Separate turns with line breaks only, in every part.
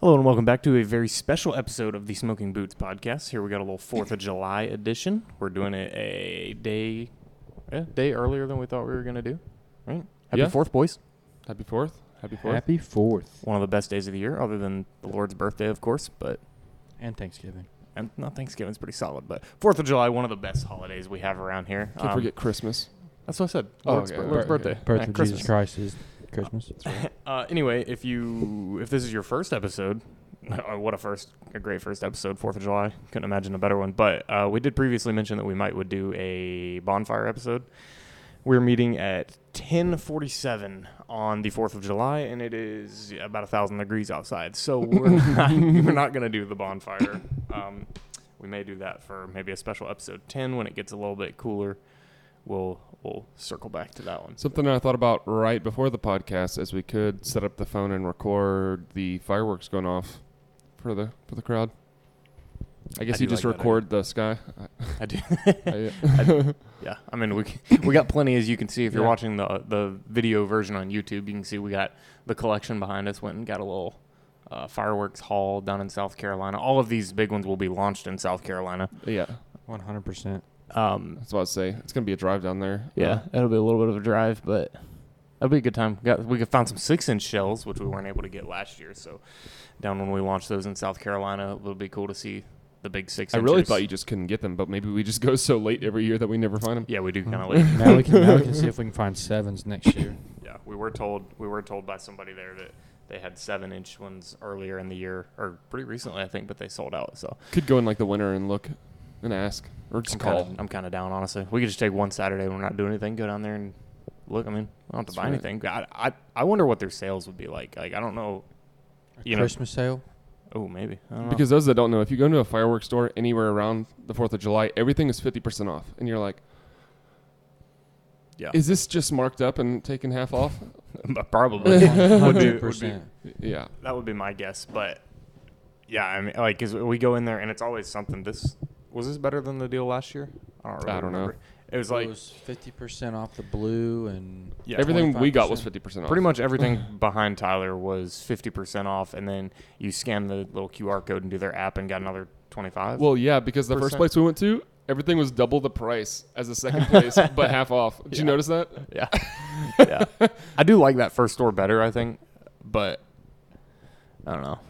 Hello and welcome back to a very special episode of the Smoking Boots podcast. Here we got a little Fourth of July edition. We're doing it a day, a day earlier than we thought we were gonna do. Right? Happy
Yeah.
Fourth, boys!
Happy Fourth. Happy Fourth.
Happy Fourth
One of the best days of the year, other than the Lord's birthday, of course. But
and Thanksgiving.
and not Thanksgiving's pretty solid. But Fourth of July, one of the best holidays we have around here.
Can't
Um,
forget Christmas.
That's what I said.
Oh,
Lord's,
okay.
bir- Lord's
Okay.
birthday.
Birth
Yeah,
of
Christmas.
Jesus Christ is Christmas.
Uh, anyway, if you if this is your first episode, uh, what a first, a great first episode, Fourth of July. Couldn't imagine a better one. But uh, we did previously mention that we might would do a bonfire episode. We're meeting at ten forty seven on the Fourth of July, and it is about a thousand degrees outside. So we're not, we're not gonna do the bonfire. Um, we may do that for maybe a special episode ten when it gets a little bit cooler. We'll we'll circle back to that one.
Something I thought about right before the podcast is we could set up the phone and record the fireworks going off for the for the crowd. I guess
I
you
do
just
like that
record the sky. I-
I do.
I-
Yeah, I mean we we got plenty as you can see if you're
Yeah.
watching the the video version on YouTube. You can see we got the collection behind us. Went and got a little uh, fireworks haul down in South Carolina. All of these big ones will be launched in South Carolina.
yeah,
One hundred percent.
Um,
that's what I'd say. It's gonna be a drive down there. Uh,
yeah, it'll be a little bit of a drive, but that'll be a good time. Got we found some six inch shells which we weren't able to get last year. So down when we launched those in South Carolina, it'll be cool to see the big six.
I really thought you just couldn't get them, but maybe we just go so late every year that we never find them.
Yeah, we do kind of late.
Hmm. Now we can now we can see if we can find sevens next year.
Yeah, we were told we were told by somebody there that they had seven inch ones earlier in the year or pretty recently, I think, but they sold out. So
Could go in like the winter and look and ask or just
I'm
call.
Kinda, I'm kind of down, honestly. We could just take one Saturday when we're not doing anything, go down there and look. I mean, I don't have to
That's
buy
right.
anything. I, I I wonder what their sales would be like. Like I don't know. You know,
Christmas sale.
oh maybe I don't know.
Because those that don't know, if you go into a fireworks store anywhere around the Fourth of July, everything is fifty percent off, and you're like,
yeah,
"Is this just marked up and taken half off?"
But probably would be- would be-
Hundred percent.
Yeah,
That would be my guess, but yeah, I mean, like, 'cause we go in there and it's always something. This was this better than the deal last year? I don't, really
I don't know.
remember. It was like
it was fifty percent off the blue and
yeah,
everything we got was
25%.
fifty percent off.
Pretty much everything behind Tyler was 50% off, and then you scan the little QR code into their app and got another 25.
Well, yeah, because the first
Percent.
place we went to, everything was double the price as the second place, but half off. Did you
Yeah.
notice that?
yeah. yeah. I do like that first store better, I think, but I don't know.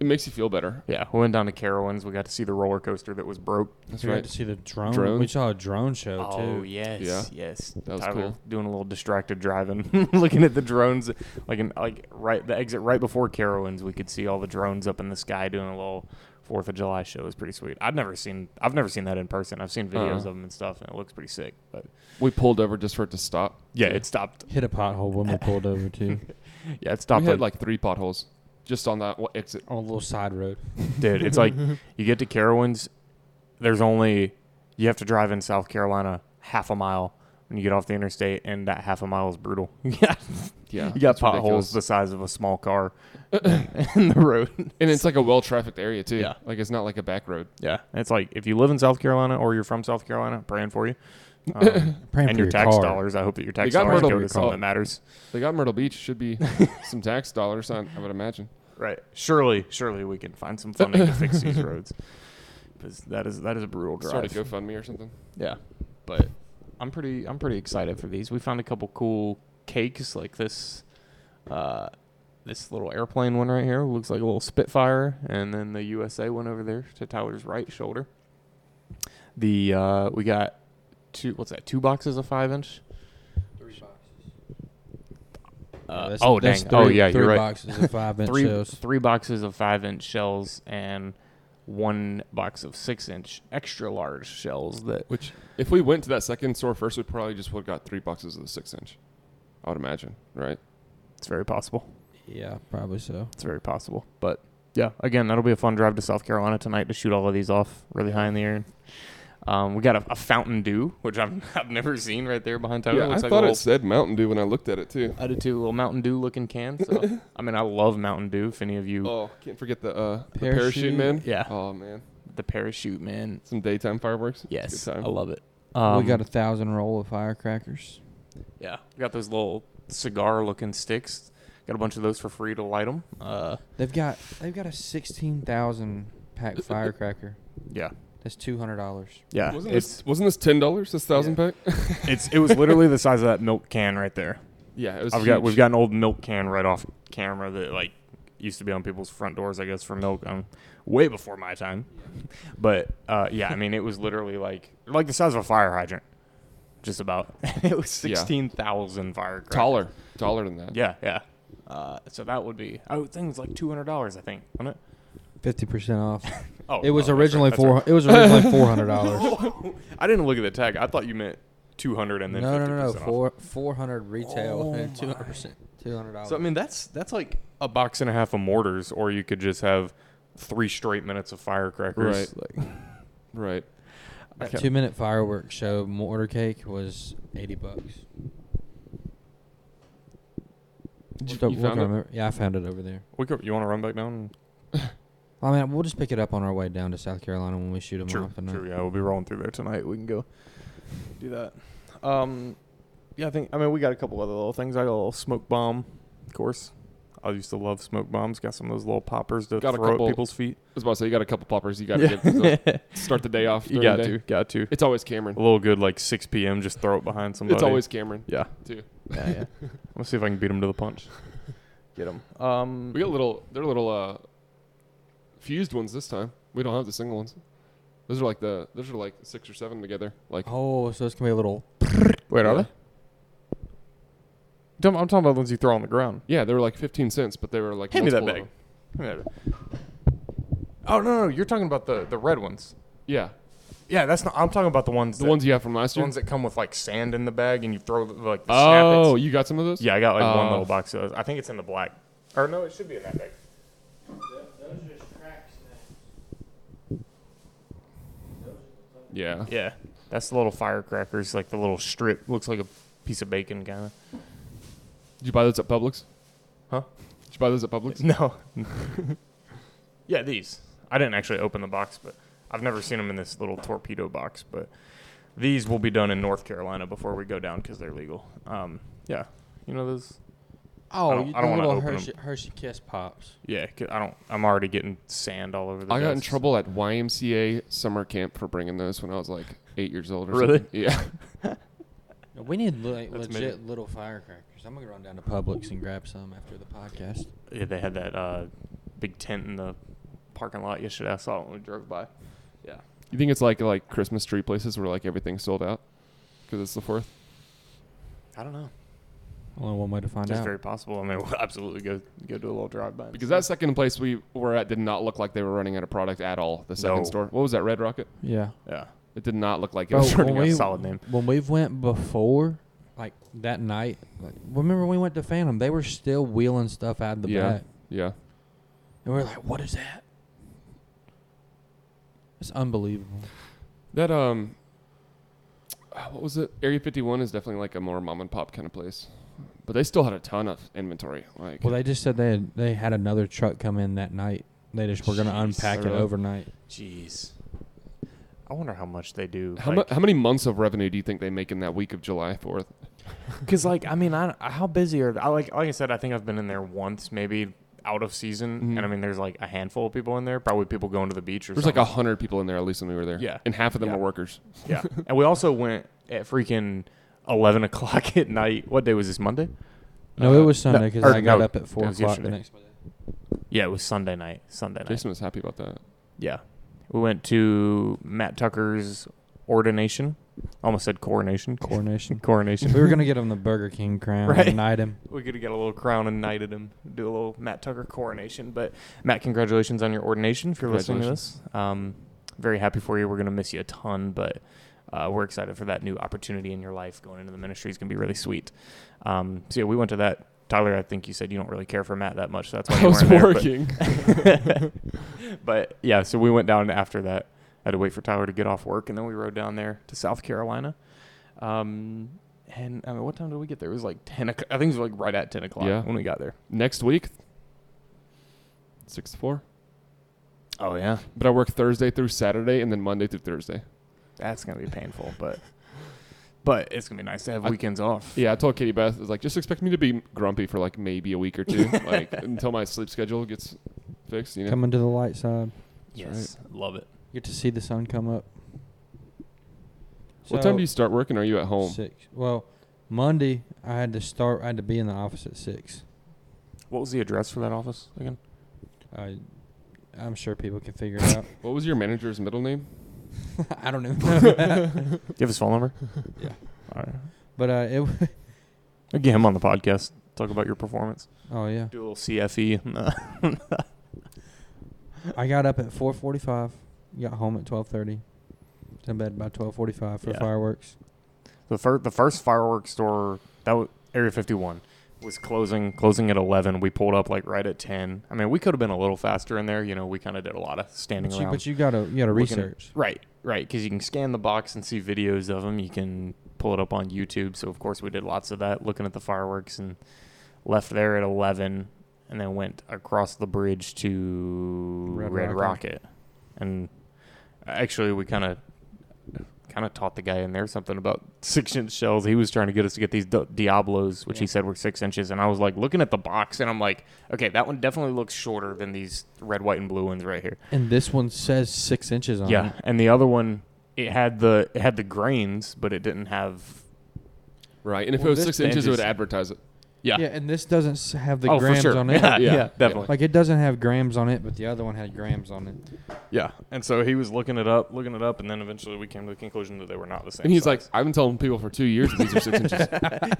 It makes you feel better.
Yeah, we went down to Carowinds. We got to see the roller coaster that was broke.
That's
we got
right.
to see the drone.
Drone?
We saw a drone show too.
Oh, yes,
Yeah.
yes.
That was
Tyler
cool.
Doing a little distracted driving, looking at the drones, like in, like right the exit right before Carowinds, we could see all the drones up in the sky doing a little Fourth of July show. It was pretty sweet. I've never seen I've never seen that in person. I've seen videos
Uh-huh.
of them and stuff, and it looks pretty sick. But
We pulled over just for it to stop.
yeah, it stopped.
Hit a pothole when we pulled over too
Yeah, it stopped.
we had like three potholes just on that wa- exit.
on a little side road.
Dude, it's like you get to Carowinds, there's only you have to drive in South Carolina half a mile when you get off the interstate, and that half a mile is brutal. Yeah,
Yeah,
you got
it's ridiculous.
potholes the size of a small car in the road.
and it's like a well-trafficked area too.
Yeah.
like it's not like a back road.
Yeah, it's like if you live in South Carolina or you're from South Carolina, praying for you. Um,
Praying
and
for
your,
your
tax
car.
dollars. I hope that your tax
got
dollars
Myrtle
go to
Beach.
something
Oh.
that matters.
They got Myrtle Beach. Should be some tax dollars on. I would imagine.
Right. Surely, surely we can find some funding to fix these roads because that is that is a brutal drive.
Sort of GoFundMe or something.
Yeah, but I'm pretty I'm pretty excited for these. We found a couple cool cakes like this, uh, this little airplane one right here looks like a little Spitfire, and then the USA one over there to Tyler's right shoulder. The uh, we got two what's that two boxes of five inch. Uh,
that's-
oh dang!
that's
oh
three-
yeah, you're
three
right.
boxes of five inch
three
shells.
three boxes of five inch shells and one box of six inch extra large shells that
Which, if we went to that second store first, we probably just would have got three boxes of the six-inch. I would imagine, right?
it's very possible.
Yeah, probably so.
It's very possible. But yeah, again, that'll be a fun drive to South Carolina tonight to shoot all of these off really high in the air. Um, we got a, a Fountain Dew, which I've, I've never seen right there behind Tyler.
Yeah, I
Looks like a
thought
little-
it said Mountain Dew when I looked at it too.
I did too. A little Mountain Dew looking can. So I mean, I love Mountain Dew. If any of you,
Oh, can't forget the, uh, the
Parachute.
parachute man.
yeah,
Oh man,
the parachute man.
some daytime fireworks. It's a
Yes,
good
I
time.
love it. Um,
we got a thousand roll of firecrackers.
yeah, we got those little cigar looking sticks. Got a bunch of those for free to light them. Uh,
They've got they've got a sixteen thousand pack firecracker.
yeah,
That's two hundred dollars.
yeah.
Wasn't
It's
this, wasn't this ten dollars? This thousand pack?
it's it was literally the size of that milk can right there.
yeah, it was.
I've got
huge.
we've got an old milk can right off camera that like used to be on people's front doors, I guess, for milk. Um, way before my time, but uh, yeah, I mean, it was literally like like the size of a fire hydrant, just about. it was
Yeah.
sixteen thousand firecrackers.
taller, taller than that.
Yeah, yeah. Uh, so that would be I would think it's like two hundred dollars. I think, wasn't it?
Fifty percent off.
Oh,
It was
oh, that's right,
originally
that's
four.
right.
It was originally four hundred dollars.
I didn't look at the tag. I thought you meant two hundred and
No,
then 50%
no, no, no.
off.
Four four hundred retail
Oh
and two
my.
hundred percent. Two hundred dollars.
So I mean, that's that's like a box and a half of mortars, or you could just have three straight minutes of firecrackers. Right. Like,
Right.
that
can't-
two minute fireworks show mortar cake was eighty bucks.
Did you-
Look up-
you
look
found it?
up- Yeah, I found it over there.
we could, you want to run back down?
I mean, we'll just pick it up on our way down to South Carolina when we shoot them
True,
off. And uh,
true. Yeah, we'll be rolling through there tonight. We can go do that. Um, yeah, I think. I mean, we got a couple other little things. I got a little smoke bomb, of course. I used to love smoke bombs. Got some of those little poppers to
Got a
throw
couple-
at people's feet.
I was about to say you got a couple poppers. You got to
Yeah.
get start the day off.
you
during the
got
day.
to, got to.
It's always
A
Cameron.
little good, like 6 p.m. Just throw it behind somebody.
It's always Cameron
yeah.
too.
Yeah, yeah. Let's see if I can beat him to the punch. Get him. Um,
We got little. They're little uh, fused ones this time. We don't have the single ones. Those are like the. Those are like six or seven together. Like
Oh, so it's gonna be a little.
Wait, are
Yeah.
they? Don't- I'm talking about the ones you throw on the ground.
yeah, they were like fifteen cents, but they were like.
Hand me that
multiple of
bag. Oh no, no, you're talking about the the red ones.
them. Yeah,
Yeah, that's not. I'm talking about the ones
the
that,
ones you have from last
the
year.
ones that come with like sand in the bag and you throw the, like the
oh,
snappets.
you got some of those?
Yeah, I got like one
Oh.
little box of those. I think it's in the black. Or no, it should be in that bag.
Yeah.
Yeah, that's the little firecrackers, like the little strip, looks like a piece of bacon kind of.
Did you buy those at Publix?
Huh?
Did you buy those at Publix?
No. yeah, these. I didn't actually open the box, but I've never seen them in this little torpedo box. But these will be done in North Carolina before we go down because they're legal. Um, yeah, you know those.
Oh,
I don't-
you-
I don't
the
wanna
little
open 'em.
Hershey, Hershey Kiss pops.
Yeah, 'cause I don't. I'm already getting sand all over the.
I got in
desk.
trouble at YMCA summer camp for bringing those when I was like eight years old or
Really?
something. Yeah.
No, We need like
That's
legit
amazing.
little firecrackers. I'm gonna run down to Publix and grab some after the podcast.
Yeah, they had that uh, big tent in the parking lot yesterday. I saw it when we drove by. Yeah.
You think it's like like Christmas tree places where like everything's sold out because it's the fourth?
I don't know.
Only one way to find
That's
out.
very possible. I mean, we'll absolutely go go do a little drive by.
Because that second place we were at did not look like they were running out of product at all. The second
No.
store. What was that? Red Rocket.
yeah.
yeah.
It did not look like it
Bro,
was
when
running out.
a
we-
solid name.
When we've went before, like that night, like, remember when we went to Phantom? They were still wheeling stuff out of the
Yeah.
back,
Yeah.
and we are like, "What is that?" It's unbelievable.
That um. ah, What was it? Area 51 is definitely like a more mom and pop kind of place, but they still had a ton of inventory. Like,
Well, they just said they had, they had another truck come in that night. They just were gonna unpack it
Really?
overnight.
Jeez. I wonder how much they do.
How, mu- how many months of revenue do you think they make in that week of July 4th?
Because like I mean, I, I- how busy are they? I like like I said, I think I've been in there once, maybe out of season,
Mhm.
and I mean, there's like a handful of people in there. Probably people going to the beach or
There's like
something.
a hundred people in there at least when we were there.
Yeah.
and half of them
Yeah.
were workers.
yeah. And we also went at freaking eleven o'clock at night. What day was this? Monday.
No,
Uh,
it was Sunday because
or
I got
no,
up at four
it was
o'clock the
yesterday.
next.
Yeah, it was Sunday night. Sunday night.
Jason was happy about that.
Yeah, we went to Matt Tucker's ordination. Almost said coronation.
Coronation.
coronation.
we were gonna get him the Burger King crown
Right.
and knight him.
we could get a little crown and knighted him, do a little Matt Tucker coronation. But Matt, congratulations on your ordination. If you're listening to this, um, very happy for you. We're gonna miss you a ton, but uh, we're excited for that new opportunity in your life. Going into the ministry is gonna be really sweet. Um, so yeah, we went to that. Tyler, I think you said you don't really care for Matt that much. So that's why
I
you
was
weren't there, but-
working.
but yeah, so we went down after that I had to wait for Tyler to get off work, and then we rode down there to South Carolina. Um, and I mean, what time did we get there? It was like ten. o'clock. I think it was like right at ten o'clock
Yeah.
when we got there.
Next week, six to four.
Oh yeah,
But I work Thursday through Saturday and then Monday through Thursday.
that's gonna be painful, but but it's gonna be nice to have
I-
weekends off.
Yeah, I told Katie Beth, I was like, just expect me to be grumpy for like maybe a week or two, like until my sleep schedule gets fixed. You know,
Coming to the light side.
Yes, love it.
Get to see the sun come up.
what time do you start working? Are you at home?
Six. Well, Monday I had to start. I had to be in the office at six.
What was the address for that office again?
I, I'm sure people can figure it out.
What was your manager's middle name?
I don't even know. that.
Do you have his phone number?
Yeah.
All right.
But uh, it. w-
I'll Get him on the podcast. Talk about your performance.
Oh yeah.
Do a little E. CFE.
I got up at 4:45. Got home at 12:30. To bed by 12:45 for
Yeah.
fireworks.
The first the first fireworks store that was Area 51 was closing closing at 11. We pulled up like right at 10. I mean, we could have been a little faster in there. You know, we kind of did a lot of standing
But you,
around.
but you gotta you gotta
looking at-
research.
right, right, because you can scan the box and see videos of them. You can pull it up on YouTube. So of course we did lots of that, looking at the fireworks, and left there at 11, and then went across the bridge to
Red
Red,
Rocket.
Rocket. and actually we kind of kind of taught the guy in there something about six inch shells. He was trying to get us to get these Di- Diablos, which he
Yeah.
said were six inches. And I was like looking at the box, and I'm like, okay, that one definitely looks shorter than these red, white, and blue ones right here.
And this one says six inches on
Yeah,
it.
Um, and the other one, it had the it had the grains, but it didn't have.
Right, and if
Well,
it was
this
six
thing
inches, it would
just-
advertise it.
Yeah.
Yeah, and this doesn't s- have the
oh,
grams
for sure.
on it.
Yeah, yeah,
Yeah.
definitely.
Like it doesn't have grams on it, but the other one had grams on it.
yeah, and so he was looking it up, looking it up, and then eventually we came to the conclusion that they were not the same.
And he's
size.
like, I've been telling people for two years that these are six inches,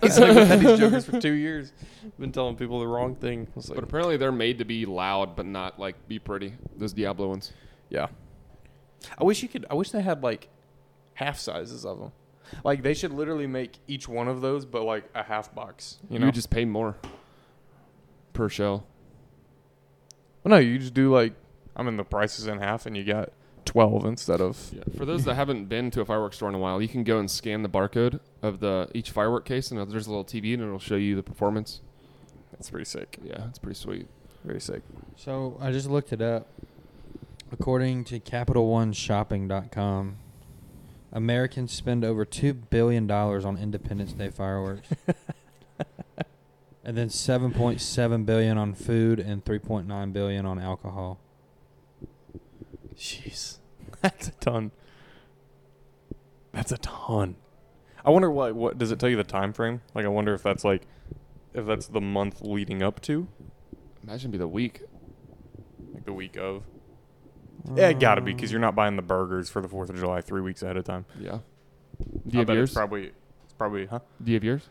He's like, we've had these jokers for two years. Been telling people the wrong thing. I was like,
but apparently they're made to be loud, but not like be pretty. Those Diablo ones.
yeah. I wish you could. I wish they had like half sizes of them. Like they should literally make each one of those, but like a half box. You
You,
know,
would just pay more per shell.
Well, no, you just do like I mean the price is in half, and you got twelve instead of
Yeah. For those that haven't been to a fireworks store in a while, you can go and scan the barcode of the each firework case, and there's a little TV, and it'll show you the performance.
That's pretty sick.
Yeah, it's pretty sweet.
Very sick.
So I just looked it up. According to Capital One Shopping.com, Americans spend over two billion dollars on Independence Day fireworks. and then seven point seven billion on food and three point nine billion on alcohol.
Jeez, that's a ton. That's a ton. I wonder what what does it tell you the time frame? Like, I wonder if that's like if that's the month leading up to,
Imagine it'd be the week.
like the week of. Yeah, it gotta be because you're not buying the burgers for the Fourth of July three weeks ahead of time.
Yeah.
I
Do you have
bet it's
yours?
probably it's probably huh?
Do you have yours?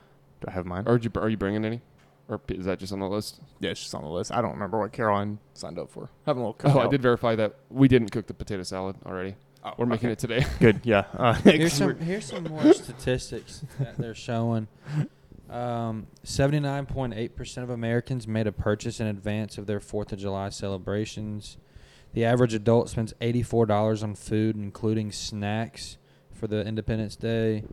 Do I have mine?
Or did you, are you bringing any? Or is that just on the list?
yeah, it's just on the list. I don't remember what Caroline signed up for. Having a little.
Oh, I
cookout.
did verify that we didn't cook the potato salad already.
Oh,
We're making
okay.
it today.
good. Yeah. Uh,
Here's some here's some more statistics that they're showing. Um, 79.8% of Americans made a purchase in advance of their 4th of July celebrations. The average adult spends $84 on food, including snacks, for the Independence Day.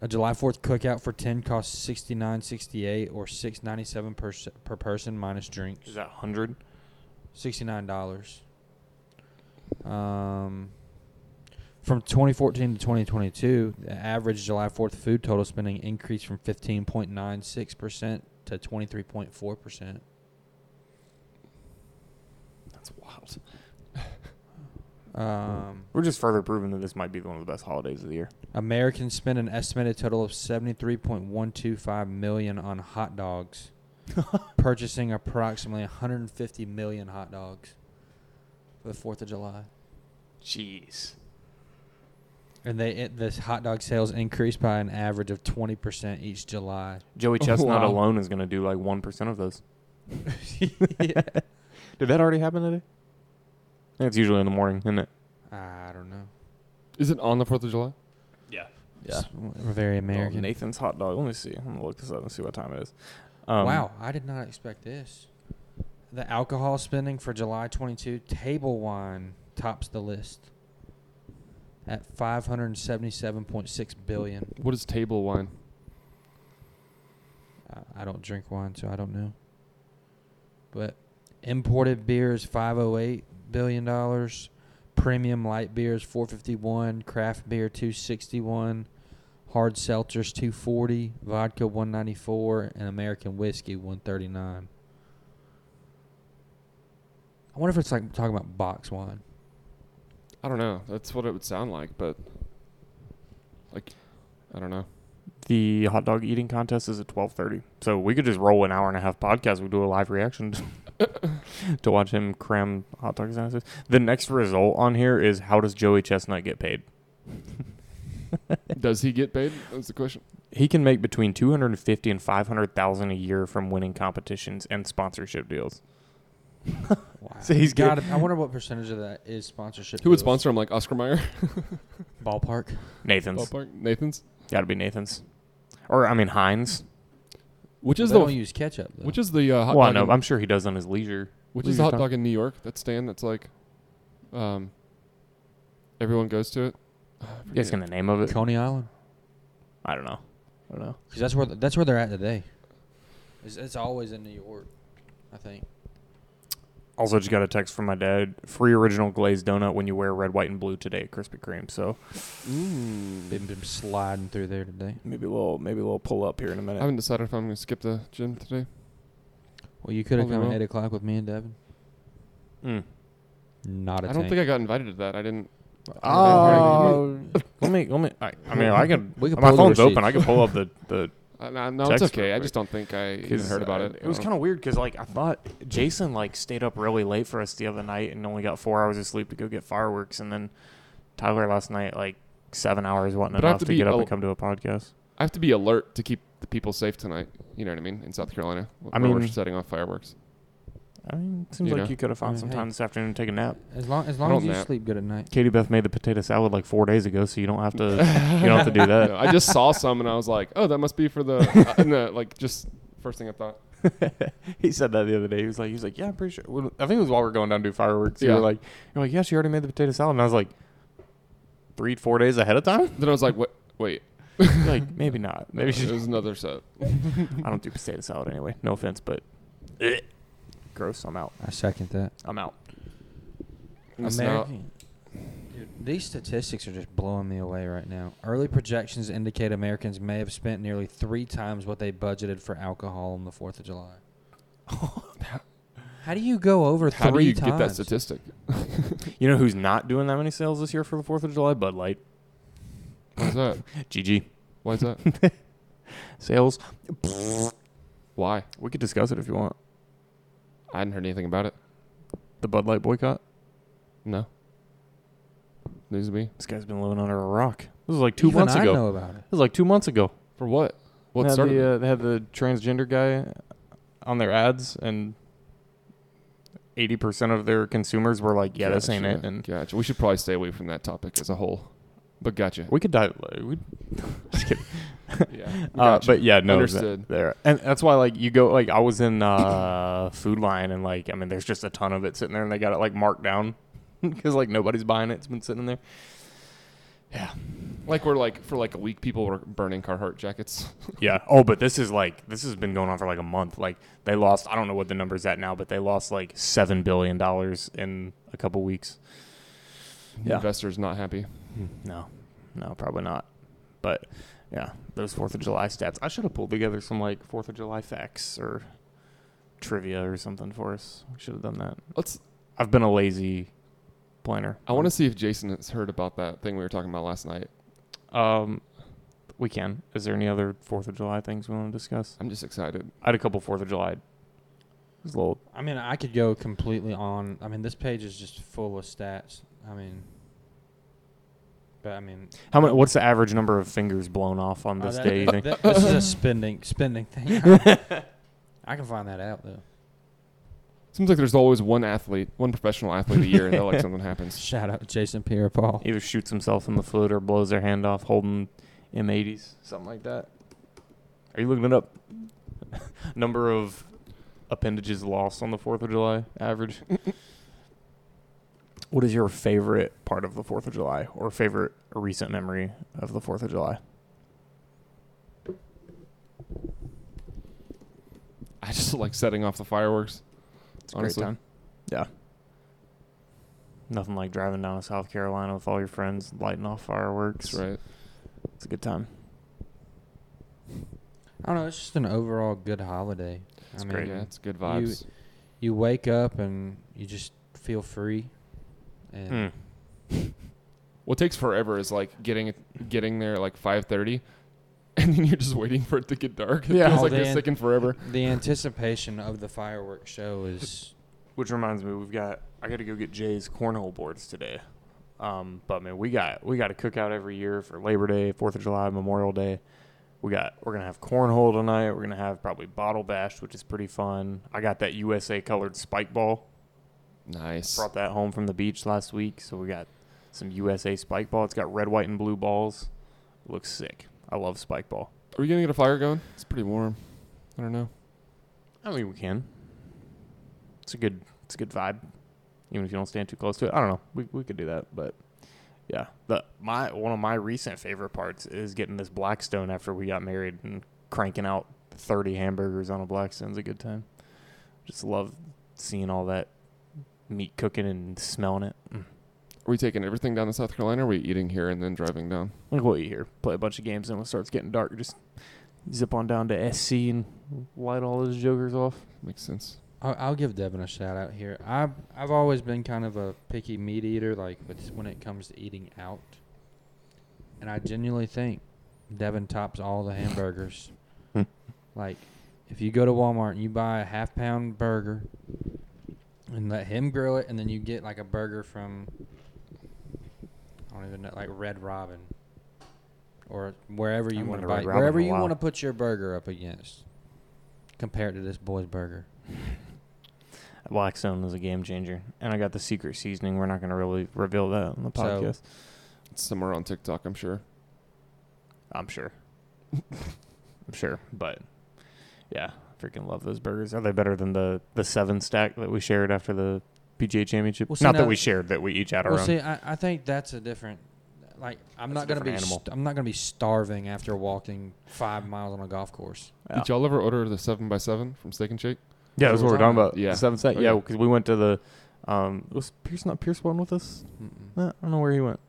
A July 4th cookout for 10 costs 69.68 or 6.97 per s- per person minus drinks.
Is that hundred?
Sixty-nine dollars. Um, from 2014 to 2022, the average July 4th food total spending increased from 15.96 percent to 23.4 percent.
That's wild.
Um,
We're just further proving that this might be one of the best holidays of the year.
Americans spend an estimated total of 73.125 million on hot dogs, purchasing approximately 150 million hot dogs for the 4th of July.
Jeez.
And they it, this hot dog sales increased by an average of 20% each July.
Joey Chestnut
Wow.
alone is going to do like 1% of those.
Yeah.
Did that already happen today? That's usually in the morning, isn't it?
I don't know.
Is it on the 4th of July?
Yeah.
It's very American.
Oh, Nathan's hot dog. Let me see. I'm going to look this up and see what time it is. Um,
wow, I did not expect this. The alcohol spending for July 22 table wine tops the list at 577.6 billion.
What is table wine?
Uh, I don't drink wine, so I don't know. But imported beer is 508 billion dollars. Premium light beer is 451. Craft beer 261. Hard seltzers 240. Vodka 194, and American whiskey 139. I wonder if it's like talking about box wine.
I don't know. That's what it would sound like, but like, I don't know.
The hot dog eating contest is at twelve thirty, so we could just roll an hour and a half podcast. We do a live reaction to watch him cram hot dogs down his face. The next result on here is how does Joey Chestnut get paid?
Does he get paid? That's the question.
He can make between two hundred and fifty and five hundred thousand a year from winning competitions and sponsorship deals.
Wow.
So he's
got. I wonder what percentage of that is sponsorship.
Who would
deals.
sponsor him? Like Oscar Mayer,
Ballpark.
Nathan's
ballpark, Nathan's.
got to be Nathan's, or I mean Heinz.
Which is
they
the
don't use ketchup though.
which is the uh, hot
well, I
dog?
know.
in-
I'm sure he does on his leisure.
which
what
is
are
the
you
hot
talking-
dog in New York? That stand that's like, um, everyone goes to it. Ah, I
You guys
forget.
can the name of it?
Coney Island.
I don't know. I don't know.
Because that's where th- that's where they're at today. It's, it's always in New York, I think.
Also, just got a text from my dad: free original glazed donut when you wear red, white, and blue today at Krispy Kreme. So
Mm.
They've been sliding through there today.
maybe a little, maybe a little pull up here in a
I
minute.
haven't decided if I'm going to skip the gym today.
Well, you could have
Probably
come at
will.
eight o'clock with me and Devin.
Mm.
Not a
I don't think I got invited to that. I didn't.
Oh. let me, let me. I, I mean, I could.
We could
my
pull the
phone's open.
receipts.
I could pull up the the.
I, I- no,
Text
it's okay. I
real
just don't think I even
'cause,
heard about
uh,
it. Oh. Um,
It was kind of weird because like I thought Jason like stayed up really late for us the other night and only got four hours of sleep to go get fireworks, and then Tyler last night like seven hours wasn't
But I have
enough to,
to be
get up
al-
and come to a podcast.
I have to be alert to keep the people safe tonight. You know what I mean? In South Carolina,
I
where we're
mean-
setting off fireworks.
I mean, it seems
You
like
know.
you could have found
I mean,
some
hey.
time this afternoon to take a nap.
As long
I
as long as
don't
you
know.
sleep good at night.
Katie Beth made the potato salad like four days ago, so you don't have to. you don't have to do that.
No, I just saw some and I was like, oh, that must be for the. Uh, no, like just first thing I thought.
he said that the other day. He was like, he was like, yeah, I'm pretty sure. Well, I think it was while we are going down to do fireworks. You
Yeah.
were like, you're like, yeah, she already made the potato salad, and I was like, three, four days ahead of time.
Then I was like, what? Wait,
You're like maybe not. Maybe she.
it was another set.
I don't do potato salad anyway. No offense, but Ugh. gross. I'm out.
I second that.
I'm out.
It's not-
Dude, these statistics are just blowing me away right now. Early projections indicate Americans may have spent nearly three times what they budgeted for alcohol on the Fourth of July. How do you go over
How do
three
you
times?
get that statistic?
You know who's not doing that many sales this year for the Fourth of July? Bud Light.
Why's that?
GG
Why's that?
sales.
Why?
We could discuss it if you want.
I hadn't heard anything about it.
The Bud Light boycott.
No. News to me.
This guy's been living under a rock. This was like two
Even
months
I
ago.
know about it.
It was like two months ago.
For what? What
they had
started?
the,
it?
uh, they had the transgender guy on their ads, and eighty percent of their consumers were like, "Yeah, this ain't it."
Gotcha.
And
gotcha. We should probably stay away from that topic as a whole. But gotcha.
we could dive. We, just kidding.
yeah.
Uh, but yeah, no, that-
Understood.
there, and that's why like you go like I was in uh, Food Line, and like I mean, there's just a ton of it sitting there, and they got it like marked down because like nobody's buying it. It's been sitting there. Yeah.
Like we're like for like a week, people were burning Carhartt jackets.
Yeah. Oh, but this is like this has been going on for like a month. Like they lost I don't know what the number's at now, but they lost like seven billion dollars in a couple weeks. Yeah.
Investors not happy.
No. No, probably not. But yeah, those Fourth of July stats. I should have pulled together some like Fourth of July facts or trivia or something for us. We should have done that.
Let's.
I've been a lazy planner.
I want to see if Jason has heard about that thing we were talking about last night.
to um we can. Is there any other Fourth of July things we want to discuss?
I'm just excited.
I had a couple Fourth of July. It was a little
I mean, I could go completely on. I mean, this page is just full of stats. I mean, but I mean,
How many? What's the average number of fingers blown off on
oh,
this
that-
day? You think?
that- this is a spending spending thing. I can find that out though.
Seems like there's always one athlete, one professional athlete a year that like something happens.
Shout out to Jason Pierre-Paul.
Either shoots himself in the foot or blows their hand off holding M80s, something like that. Are you looking it up? number of appendages lost on the Fourth of July average. What is your favorite part of the Fourth of July, or favorite recent memory of the Fourth of July?
I just like setting off the fireworks.
It's
Honestly.
Yeah. Nothing like driving down to South Carolina with all your friends, lighting off fireworks.
That's right.
It's a good time.
I don't know. It's just an overall good holiday. I mean,
great.
Yeah, it's good vibes.
you wake up and you just feel free. And
Mm.
What takes forever is like getting getting there at like five thirty, and then you're just waiting for it to get dark. It
Yeah.
feels
Oh,
like it's
man.
taking forever.
Hmm.
the anticipation of the fireworks show is
Which reminds me, we've got I got to go get Jay's cornhole boards today. Um, but man, we got we got a cookout every year for Labor Day, Fourth of July, Memorial Day. We got we're gonna have cornhole tonight. We're gonna have probably bottle bash, which is pretty fun. I got that USA colored spike ball.
Nice.
Brought that home from the beach last week, so we got some USA spike ball. It's got red, white, and blue balls. Looks sick. I love spike ball.
Are we gonna get a fire going? It's pretty warm. I don't know.
I mean, we can. It's a good, it's a good vibe, even if you don't stand too close to it. I don't know. We we could do that, but yeah. The my one of my recent favorite parts is getting this Blackstone after we got married and cranking out thirty hamburgers on a Blackstone's a good time. Just love seeing all that meat cooking and smelling it. Mm.
Are we taking everything down to South Carolina? Or are we eating here and then driving down?
Like what you hear, play a bunch of games, and when it starts getting dark, just zip on down to SC and light all those jokers off.
Makes sense.
I'll, I'll give Devin a shout out here. I've I've always been kind of a picky meat eater, like with, when it comes to eating out. And I genuinely think Devin tops all the hamburgers. like, if you go to Walmart and you buy a half pound burger, and let him grill it, and then you get like a burger from I don't even know, like Red Robin, or wherever you
haven't
want to
been to Red Robin
buy,
in
wherever
a
you
while.
want to put your burger up against, compared to this boy's burger.
Blackstone is a game changer, and I got the secret seasoning. We're not going to really reveal that on the
So-
podcast.
It's somewhere on TikTok, I'm sure.
I'm sure. I'm sure, but yeah, freaking love those burgers. Are they better than the the seven stack that we shared after the PGA Championship?
Well, see,
not that
now-
we shared, that we each had our
Well,
own.
see, I, I think that's a different. Like, I'm
That's a
not gonna be.
different
St- I'm not gonna be starving after walking five miles on a golf course.
yeah.
Did y'all ever order the seven by seven from Steak and Shake?
Yeah, that's what we're talking about.
Yeah.
the seven stack.
Oh,
yeah,
yeah.
because we went to the. Um, was Pierce not Pierce one with us?
Mm-mm.
Eh, I don't know where he went.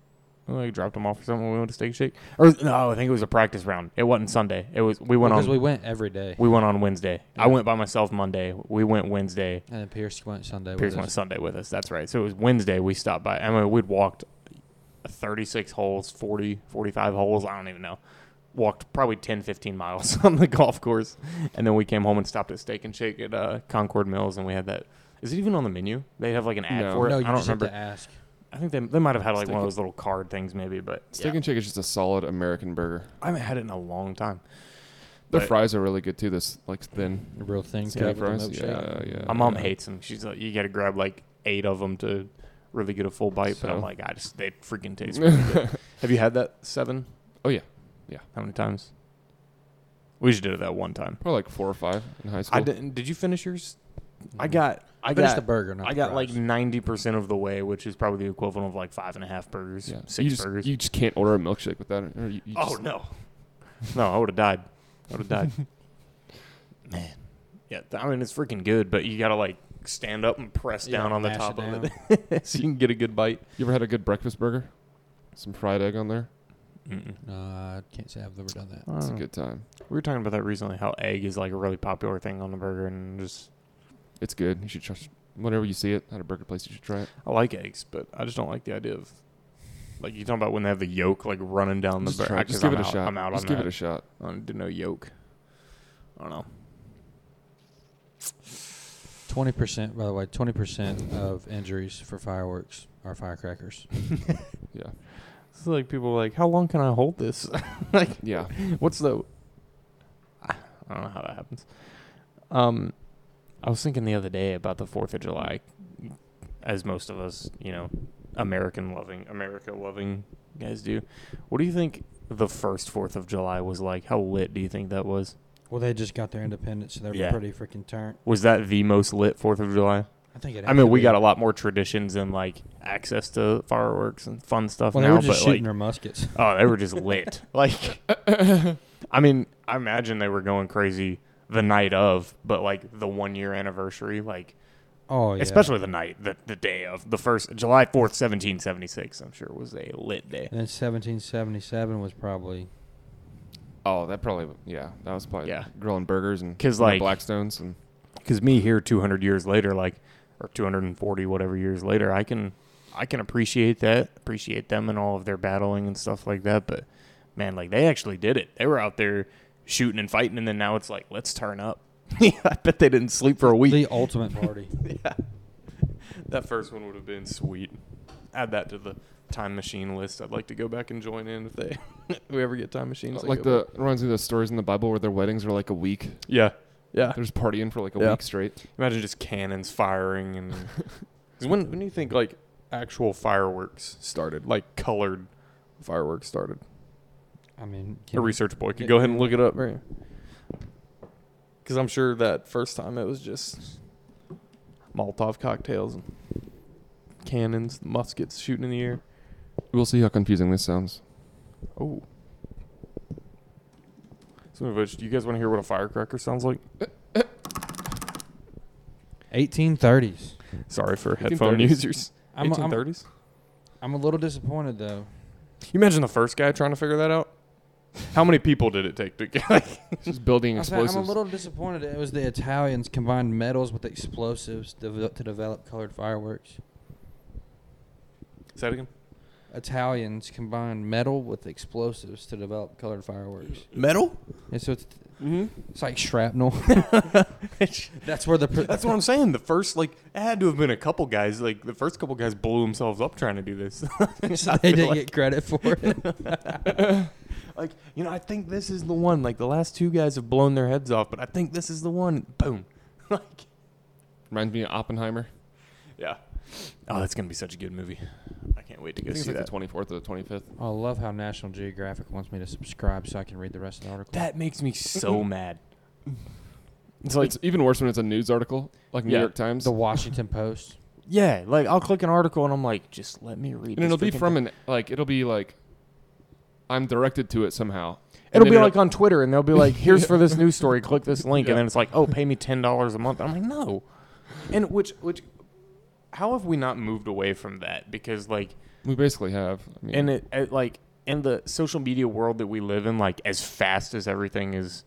I think he dropped him off or something. when We went to Steak Shake, or no, I think it was a practice round. It wasn't Sunday. It was we went
because
on
we went every day,
we went on Wednesday. I
Yeah.
went by myself Monday. We went Wednesday.
and then Pierce went Sunday.
Pierce
with
went
us.
Sunday with us. That's right. So it was Wednesday we stopped by. I mean, we'd walked 36 holes, 40, 45 holes. I don't even know. Walked probably 10, 15 miles on the golf course. And then we came home and stopped at Steak and Shake at uh, Concord Mills. And we had that. Is it even on the menu? They have like an ad
No.
for it.
No,
I
you
don't
just have
remember.
to ask.
I think they, they might have had like
Steak
one of
and-
those little card things, maybe. But
Steak
yeah.
and Shake is just a solid American burger.
I haven't had it in a long time.
Their
But-
fries are really good too. This like thin
The real thing.
skinny
cut with the
fries.
milkshake.
Yeah, yeah.
My mom
yeah.
hates them. She's like, you got to grab like eight of them to really get a full bite. But I'm
So?
like, I just, they freaking taste really good. Have you had that seven?
Oh, yeah. Yeah.
How many times? We just did it that one time.
Probably like four or five in high school. Mm.
I didn't. Did you finish yours? I
Mhm.
got. I
Finish
got.
the burger. Not
I
the
got like
fries.
ninety percent of the way, which is probably the equivalent of like five and a half burgers,
Yeah.
six
you, just,
burgers.
you just can't order a milkshake with that. Or you, you
oh
just-
no, no, I would have died. I would have died. Man, yeah. th- I mean, it's freaking good, but you gotta like stand up and press
Yeah,
down on the
mash it
top of it so you can get a good bite.
You ever had a good breakfast burger? Some fried egg on there?
Mm-mm.
No, I can't say I've ever done that.
It's a good time.
We were talking about that recently. How egg is like a really popular thing on the burger, and just
It's good. You should trust. Whenever you see it at a burger place, you should try it.
I like eggs, but I just don't like the idea of like you talking about when they have the yolk like running down
Just
the
try
burger.
it. Just give
I'm
it a
out,
shot.
I'm out
Just
on
give
that.
it a shot.
I don't do no yolk. I don't know.
Twenty percent, by the way, twenty percent of injuries for fireworks are firecrackers.
Yeah.
It's like people are like, how long can I hold this? like,
Yeah.
what's the? I I don't know how that happens. Um, I was thinking the other day about the Fourth of July, as most of us, you know, American loving, America loving guys do. What do you think the first Fourth of July was like? How lit do you think that was?
Well, they just got their independence, so they're
Yeah.
pretty freaking turnt.
Was that the most lit Fourth of July?
I think it.
I mean, we got a lot more traditions and like access to fireworks and fun stuff
Well, they
now.
were just
but
shooting
like,
their muskets.
oh, they were just lit. like, I mean, I imagine they were going crazy the night of, but like the one year anniversary, like
Oh yeah.
especially the night, the the day of the first July Fourth, seventeen seventy six. I'm sure was a lit day.
And then 1777 was probably
Oh, that probably yeah. That was probably
Yeah.
grilling burgers and
'Cause,
you know,
like-
Blackstones and
because me here 200 years later like or 240 whatever years later i can i can appreciate that appreciate them and all of their battling and stuff like that but man like they actually did it they were out there shooting and fighting and then now it's like let's turn up i bet they didn't sleep for a week
the ultimate party.
yeah that first one would have been sweet add that to the time machine list i'd like to go back and join in if they if we ever get time machines
Uh, like the it reminds me of the stories in the Bible where their weddings are like a week.
yeah yeah
They're just partying for like a
Yeah.
week straight.
Imagine just cannons firing and 'cause when when do you think like actual fireworks started, like colored fireworks started?
I mean,
A research boy
Yeah.
could go ahead and look it up, right? Because I'm sure that first time it was just Molotov cocktails and cannons, muskets shooting in the air.
We'll see how confusing this sounds.
Oh. So, which, do you guys want to hear what a firecracker sounds like?
1830s.
Sorry for headphone
1830s.
users.
I'm, I'm,
1830s.
I'm a little disappointed though.
You imagine the first guy trying to figure that out? How many people did it take to get like
It's just building
I said I'm
explosives.
a little disappointed. It was the Italians combined metals with explosives devel- to develop colored fireworks.
Say that again?
Italians combined metal with explosives to develop colored fireworks.
Metal?
And so it's,
Mm-hmm.
it's like shrapnel. That's where the pr-
That's what I'm saying. The first like it had to have been a couple guys, like the first couple guys blew themselves up trying to do this.
so
I
they
feel
didn't
like-
get credit for it.
like, you know, I think this is the one. Like the last two guys have blown their heads off, but I think this is the one. Boom. like
Reminds me of Oppenheimer.
Yeah. Oh, that's gonna be such a good movie. I can't wait to
I
go
think it's
see
like
that.
the 24th or the 25th.
Oh, I love how National Geographic wants me to subscribe so I can read the rest of the article.
that makes me so mad. It's
Mm-hmm. It's,
like
even worse when it's a news article, like New
Yeah.
York Times.
the Washington Post.
Yeah, like I'll click an article and I'm like, just let me read.
and it'll
this
be
freaking
from
thing.
an like it'll be like I'm directed to it somehow. And
It'll
then
be like on Twitter, and they'll be like, "Here's for this news story. Click this link,"
Yeah.
and then it's like, "Oh, pay me ten dollars a month." I'm like, "No," and which which, how have we not moved away from that? Because like,
we basically have. I mean,
and it, it like in the social media world that we live in, like as fast as everything is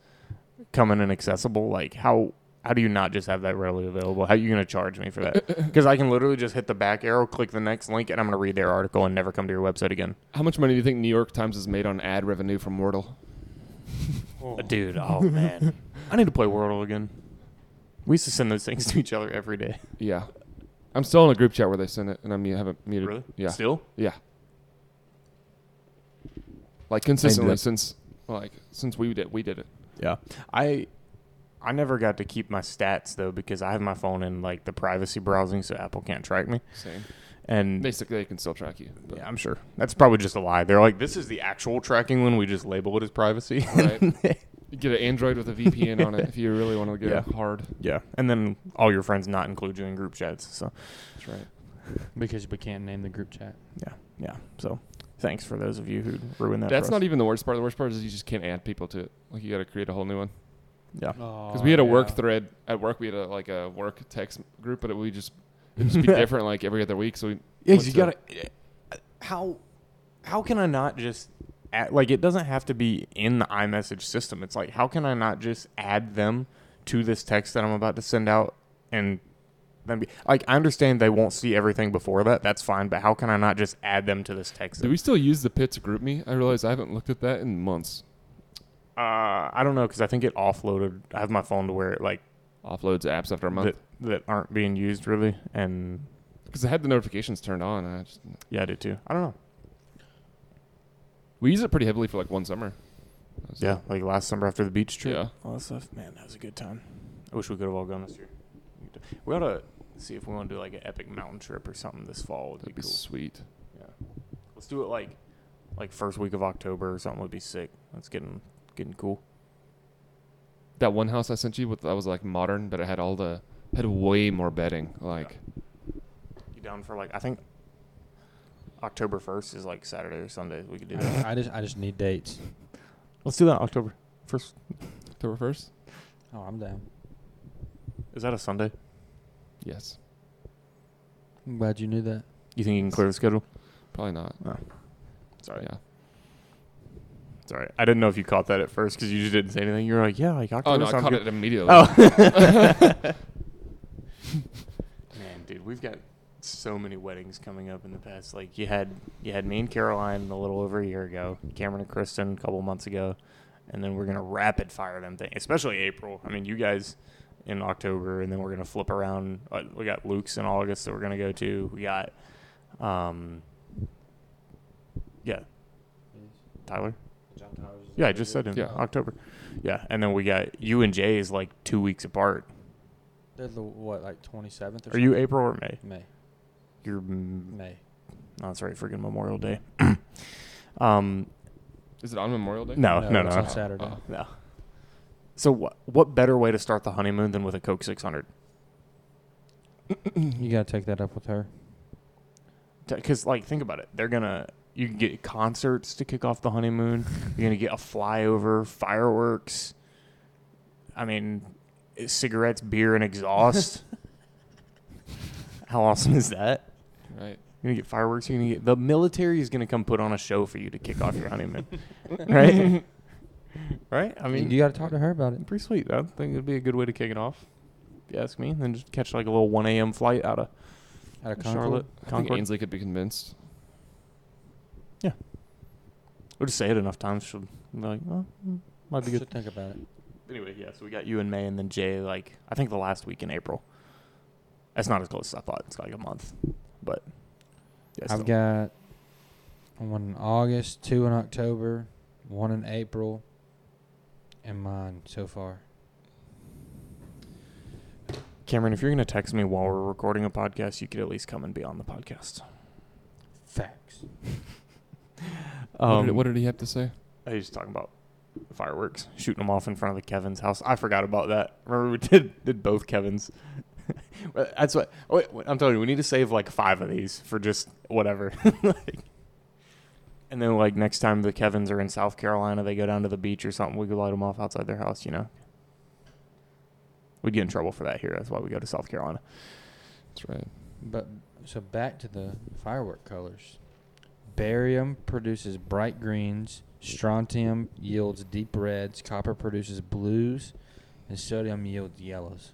coming and accessible, like how how do you not just have that readily available? How are you going to charge me for that? Because I can literally just hit the back arrow, click the next link, and I'm going to read their article and never come to your website again.
how much money do you think New York Times has made on ad revenue from Wordle?
Dude, oh man, I need to play Wordle again. We used to send those things to each other every day.
Yeah, I'm still in a group chat where they send it, and I'm I haven't muted.
Really?
Yeah.
Still?
Yeah. Like consistently
that-
since like since we did we did it.
Yeah. I I never got to keep my stats though because I have my phone in like the privacy browsing, so Apple can't track me.
Same.
And
Basically, they can still track you. but-
yeah, I'm sure that's probably just a lie. They're like, this is the actual tracking one. We just label it as privacy.
Right. You get an Android with a VPN on it if you really want to go
Yeah.
hard.
yeah, and then all your friends not include you in group chats. So
That's right.
Because we can't name the group chat.
yeah, yeah. So thanks for those of you who ruined that.
That's
for us.
not even the worst part. The worst part is you just can't add people to it. Like you got to create a whole new one. e
yeah.
Oh,
Because we had a work thread at work. We had a like a work text group, but it would just it would just be different like every other week. So we
Yeah, 'cause
went
you
to-
gotta. How how can I not just add, like it doesn't have to be in the iMessage system. It's like how can I not just add them to this text that I'm about to send out and then be like I understand they won't see everything before that. That's fine, but how can I not just add them to this text?
Do we still use the Pits group me? I realize I haven't looked at that in months.
uh, I don't know because I think it offloaded. I have my phone to where it like
Offloads apps after a month
that that aren't being used really, and
because I had the notifications turned on. and I just
yeah, I did too. I don't know.
we use it pretty heavily for like one summer. That was-
Yeah, like last summer after the beach trip.
Yeah.
All that stuff. Man, that was a good time. I wish we could have all gone this year. We ought to see if we want to do like an epic mountain trip or something this fall. Would be,
that'd be
cool.
sweet.
yeah. Let's do it like like first week of October or something would be sick. That's getting getting cool.
That one house I sent you with that was like modern, but it had all the had way more betting. Like,
You down for like I think October first is like Saturday or Sunday. We could do that.
I, I just I just need dates.
Let's do that October first.
October first.
Oh, I'm down.
Is that a Sunday?
Yes,
I'm glad you knew that.
You think you can clear the schedule?
probably not.
No. Sorry.
Yeah.
It's all right. I didn't know if you caught that at first because you just didn't say anything. You were like, yeah, like October
Oh no, I
sounds
caught
good.
it immediately.
Oh. Man, dude, we've got so many weddings coming up in the past. Like you had you had me and Caroline a little over a year ago, Cameron and Kristen a couple months ago, and then we're gonna rapid fire them things, especially April. I mean, you guys in October, and then we're gonna flip around. Uh, we got Luke's in August that we're gonna go to. We got, um, yeah, Tyler. Yeah, I just said in
Yeah.
October. Yeah, and then we got you and Jay is like two weeks apart.
They're the what, like 27th? Or
Are you April or May?
May?
You're mm,
May.
no, that's right, freaking Memorial Day. um,
Is it on Memorial Day?
no,
No,
no, no,
it's
no.
on Saturday.
Oh.
So what? What better way to start the honeymoon than with a Coke 600?
You gotta take that up with her.
Because like, think about it. They're gonna you can get concerts to kick off the honeymoon. You're gonna get a flyover, fireworks. I mean, eh, cigarettes, beer, and exhaust. How awesome is that?
Right.
You're gonna get fireworks. You're gonna get the military is gonna come put on a show for you to kick off your honeymoon, right? right. I
I
mean,
mean, you gotta talk to her about it.
pretty sweet. I think it'd be a good way to kick it off. If you ask me, then just catch like a little 1 a.m. flight out of
At a concert.
Charlotte,
I think
Concord.
Ainsley could be convinced.
We'll just say it enough times. She'll be like, oh, mm, might be good.
Should think about it.
Anyway, yeah. So we got you in May, and then Jay. Like I think the last week in April. That's not as close as I thought. It's like a month, but yeah,
I've
still.
got one in August, two in October, one in April, and mine so far.
Cameron. If you're gonna text me while we're recording a podcast, you could at least come and be on the podcast.
Facts.
what,
Um,
did, what did he have to say?
I was Oh, talking about fireworks, shooting them off in front of the Kevin's house. I forgot about that. Remember we did did both Kevin's. Well, That's what. oh, wait, wait, I'm telling you, we need to save like five of these for just whatever. like, and then like next time the Kevin's are in South Carolina, they go down to the beach or something. We could light them off outside their house. You know, we'd get in trouble for that here. That's why we go to South Carolina.
That's right.
But so back to the firework colors. Barium produces bright greens. Strontium yields deep reds. Copper produces blues, and sodium yields yellows.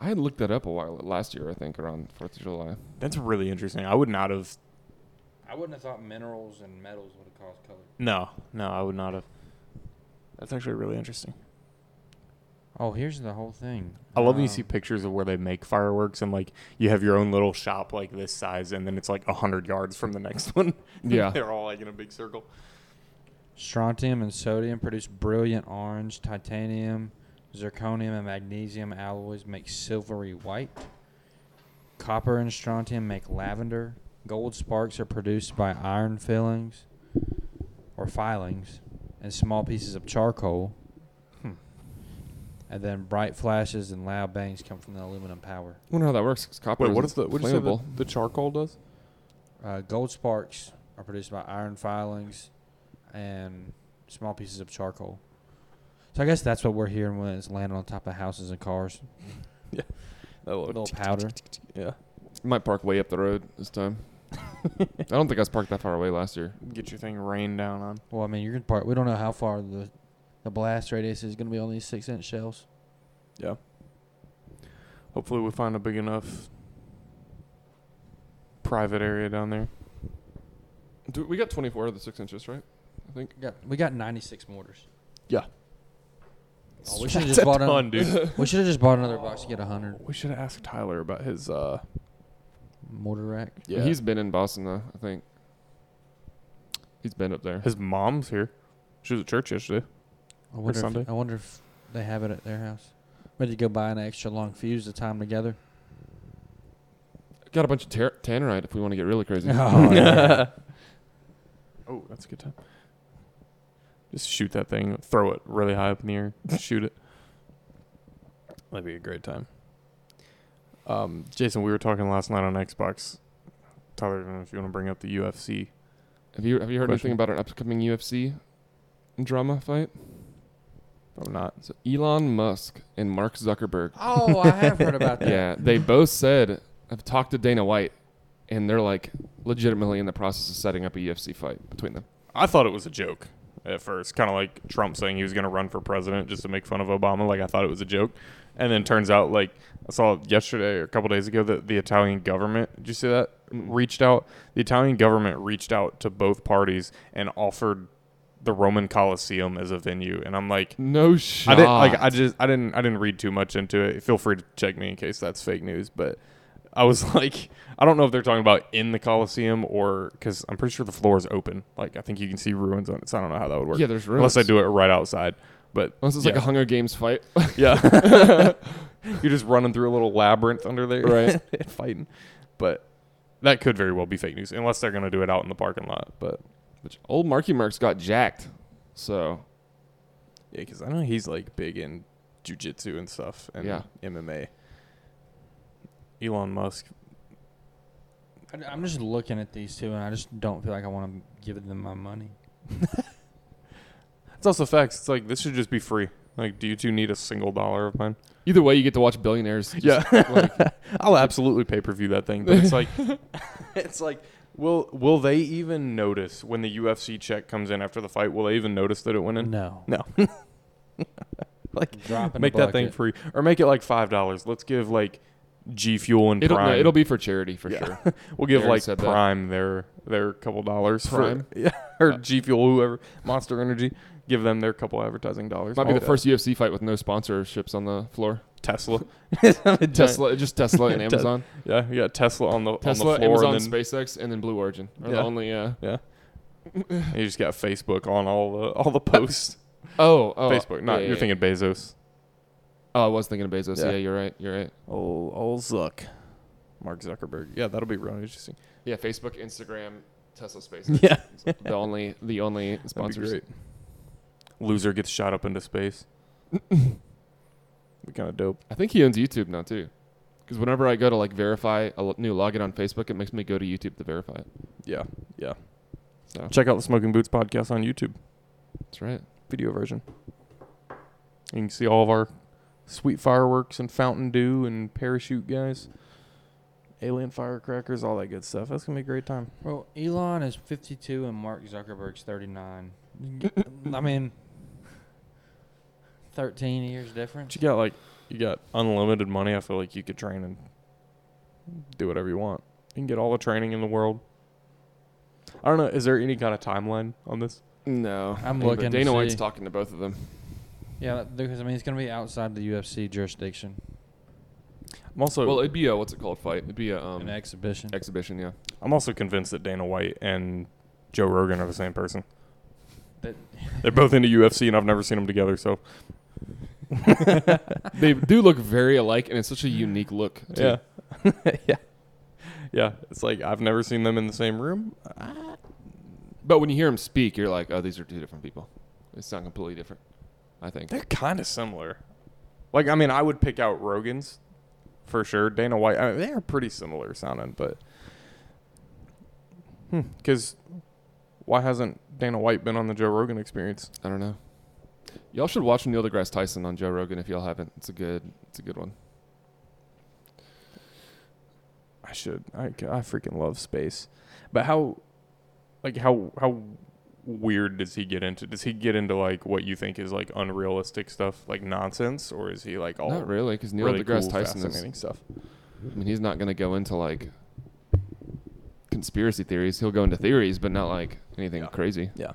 I had looked that up a while last year, I think, around Fourth of July.
That's really interesting. I would not have.
I wouldn't have thought minerals and metals would have caused color.
No, no, I would not have. That's actually really interesting.
Oh, here's the whole thing.
I love when you see
Um,
pictures of where they make fireworks and like you have your own little shop like this size and then it's like a hundred yards from the next one.
Yeah.
They're all like in a big circle.
Strontium and sodium produce brilliant orange. Titanium, zirconium, and magnesium alloys make silvery white. Copper and strontium make lavender. Gold sparks are produced by iron fillings or filings and small pieces of charcoal.
Hmm.
And then bright flashes and loud bangs come from the aluminum power.
I wonder how that works. 'cause copper
Wait, what
isn't
is the what
flammable.
the charcoal does?
Uh, gold sparks are produced by iron filings and small pieces of charcoal. So I guess that's what we're hearing when it's landing on top of houses and cars.
Oh,
A little powder.
yeah.
Might park way up the road this time. I don't think I was parked that far away last year.
Get your thing rained down on.
Well, I mean, you're gonna part. We don't know how far the the blast radius is gonna be on these six inch shells.
Yeah. Hopefully we find a big enough private area down there.
Do, we got 24 of the six inches, right? I think.
We got we got 96 mortars.
Yeah.
Oh, we should have just bought an-
ton, dude.
We should have just bought another box to get 100
We should have asked Tyler about his uh
mortar rack.
yeah.
He's been in Boston though. I think. He's been up there.
his mom's here. She was at church yesterday.
I wonder.
Sunday.
If, I wonder if they have it at their house. Ready to go buy an extra long fuse to tie 'em together.
Got a bunch of ter- tannerite if we want to get really crazy.
Oh, yeah.
Oh, that's a good time. Just shoot that thing, throw it really high up in the air, shoot it. That'd be a great time. Um, Jason, we were talking last night on Xbox. Tyler, I don't know if you want to bring up the UFC.
Have you have you heard
Question.
anything about an upcoming UFC drama fight?
Probably not.
So Elon Musk and Mark Zuckerberg.
Oh, I have heard about that.
Yeah, they both said I've talked to Dana White, and they're like legitimately in the process of setting up a UFC fight between them.
I thought it was a joke at first, kind of like Trump saying he was going to run for president just to make fun of Obama. Like I thought it was a joke, and then turns out like I saw yesterday or a couple days ago that the Italian government. Did you see that? Reached out. The Italian government reached out to both parties and offered the Roman Colosseum as a venue, and I'm like.
No shot.
I didn't like. I just. I didn't. I didn't read too much into it. Feel free to check me in case that's fake news. But I was like, I don't know if they're talking about in the Coliseum or because I'm pretty sure the floor is open. Like I think you can see ruins on it. So I don't know how that would work.
yeah, there's rules.
unless they do it right outside. But
Unless it's like a
yeah.
Hunger Games fight.
yeah, you're just running through a little labyrinth under there,
Right.
and fighting. But that could very well be fake news unless they're gonna do it out in the parking lot. But
Which old Marky Mark's got jacked. So
yeah, because I know he's like big in jujitsu and stuff and
Yeah.
MMA. Elon Musk
I- I'm just looking at these two, and I just don't feel like I want to give them my money.
It's also facts. It's like this should just be free. Like, do you two need a single dollar of mine?
either way, you get to watch billionaires. just, like,
I'll absolutely pay per view that thing. But it's like, it's like, will will they even notice when the UFC check comes in after the fight? Will they even notice that it went in?
No.
No. like,
Dropping
make that thing free, or make it like five dollars. Let's give like G Fuel and
it'll, no,
Prime.
it'll be for charity for
Yeah.
sure.
We'll give
Aaron
like
said that.
Prime their their couple dollars. for-
Prime?
yeah, or G Fuel, whoever Monster Energy. Give them their couple advertising dollars.
Might be
All
the
that.
first UFC fight with no sponsorships on the floor.
Tesla.
Tesla, just Tesla and
Te-
Amazon.
Yeah, you got Tesla on the
Tesla,
on the floor,
Amazon,
and then
SpaceX, and then Blue Origin are
Yeah.
the only. Uh,
you just got Facebook on all the all the posts.
oh, oh,
Facebook, not
yeah,
you're
yeah,
thinking Bezos.
Oh, I was thinking of Bezos.
Yeah.
Yeah. you're right. You're right.
Oh, old Zuck, Mark Zuckerberg. Yeah, that'll be really interesting.
Yeah, Facebook, Instagram, Tesla, SpaceX.
Yeah,
the only, the only
that'd be
sponsors.
great. Loser gets shot up into space. be kind of dope.
I think he owns YouTube now too, because whenever I go to like verify a l- new login on Facebook, it makes me go to YouTube to verify it.
Yeah, yeah.
So
Check out the Smoking Boots podcast on YouTube,
that's right.
video version. You can see all of our sweet fireworks and Fountain Dew and parachute guys, alien firecrackers, all that good stuff. That's gonna be a great time.
Well, Elon is 52 and Mark Zuckerberg's 39. I mean, 13 years
But
difference.
you got like you got unlimited money. I feel like you could train and do whatever you want. You can get all the training in the world. I don't know. Is there any kind of timeline on this?
No,
I'm
But
looking to
Dana White's
see.
talking to both of them.
Yeah, because I mean, it's going to be outside the UFC jurisdiction.
I'm also
well, it'd be a what's it called fight? It'd be a um,
An exhibition.
exhibition. Yeah,
I'm also convinced that Dana White and Joe Rogan are the same person.
That-
They're both into UFC, and I've never seen them together. So
they do look very alike, and it's such a unique look. Too.
yeah, yeah, yeah. It's like I've never seen them in the same room.
But when you hear him speak, you're like, oh, these are two different people. They sound completely different. I think.
They're kind of similar. Like, I mean, I would pick out Rogan's for sure. Dana White. I mean, they are pretty similar sounding, but because why hasn't Dana White been on the Joe Rogan Experience?
I don't know. Y'all should watch Neil deGrasse Tyson on Joe Rogan if y'all haven't. It's a good, it's a good one.
I should. I I freaking love space, but how, like how how weird does he get into? Does he get into like what you think is like unrealistic stuff, like nonsense, or is he like all
Not really, because Neil
Oh, really
deGrasse
cool,
Tyson is.
fascinating stuff?
I mean, he's not going to go into like conspiracy theories. He'll go into theories, but not like anything
Yeah.
crazy.
Yeah.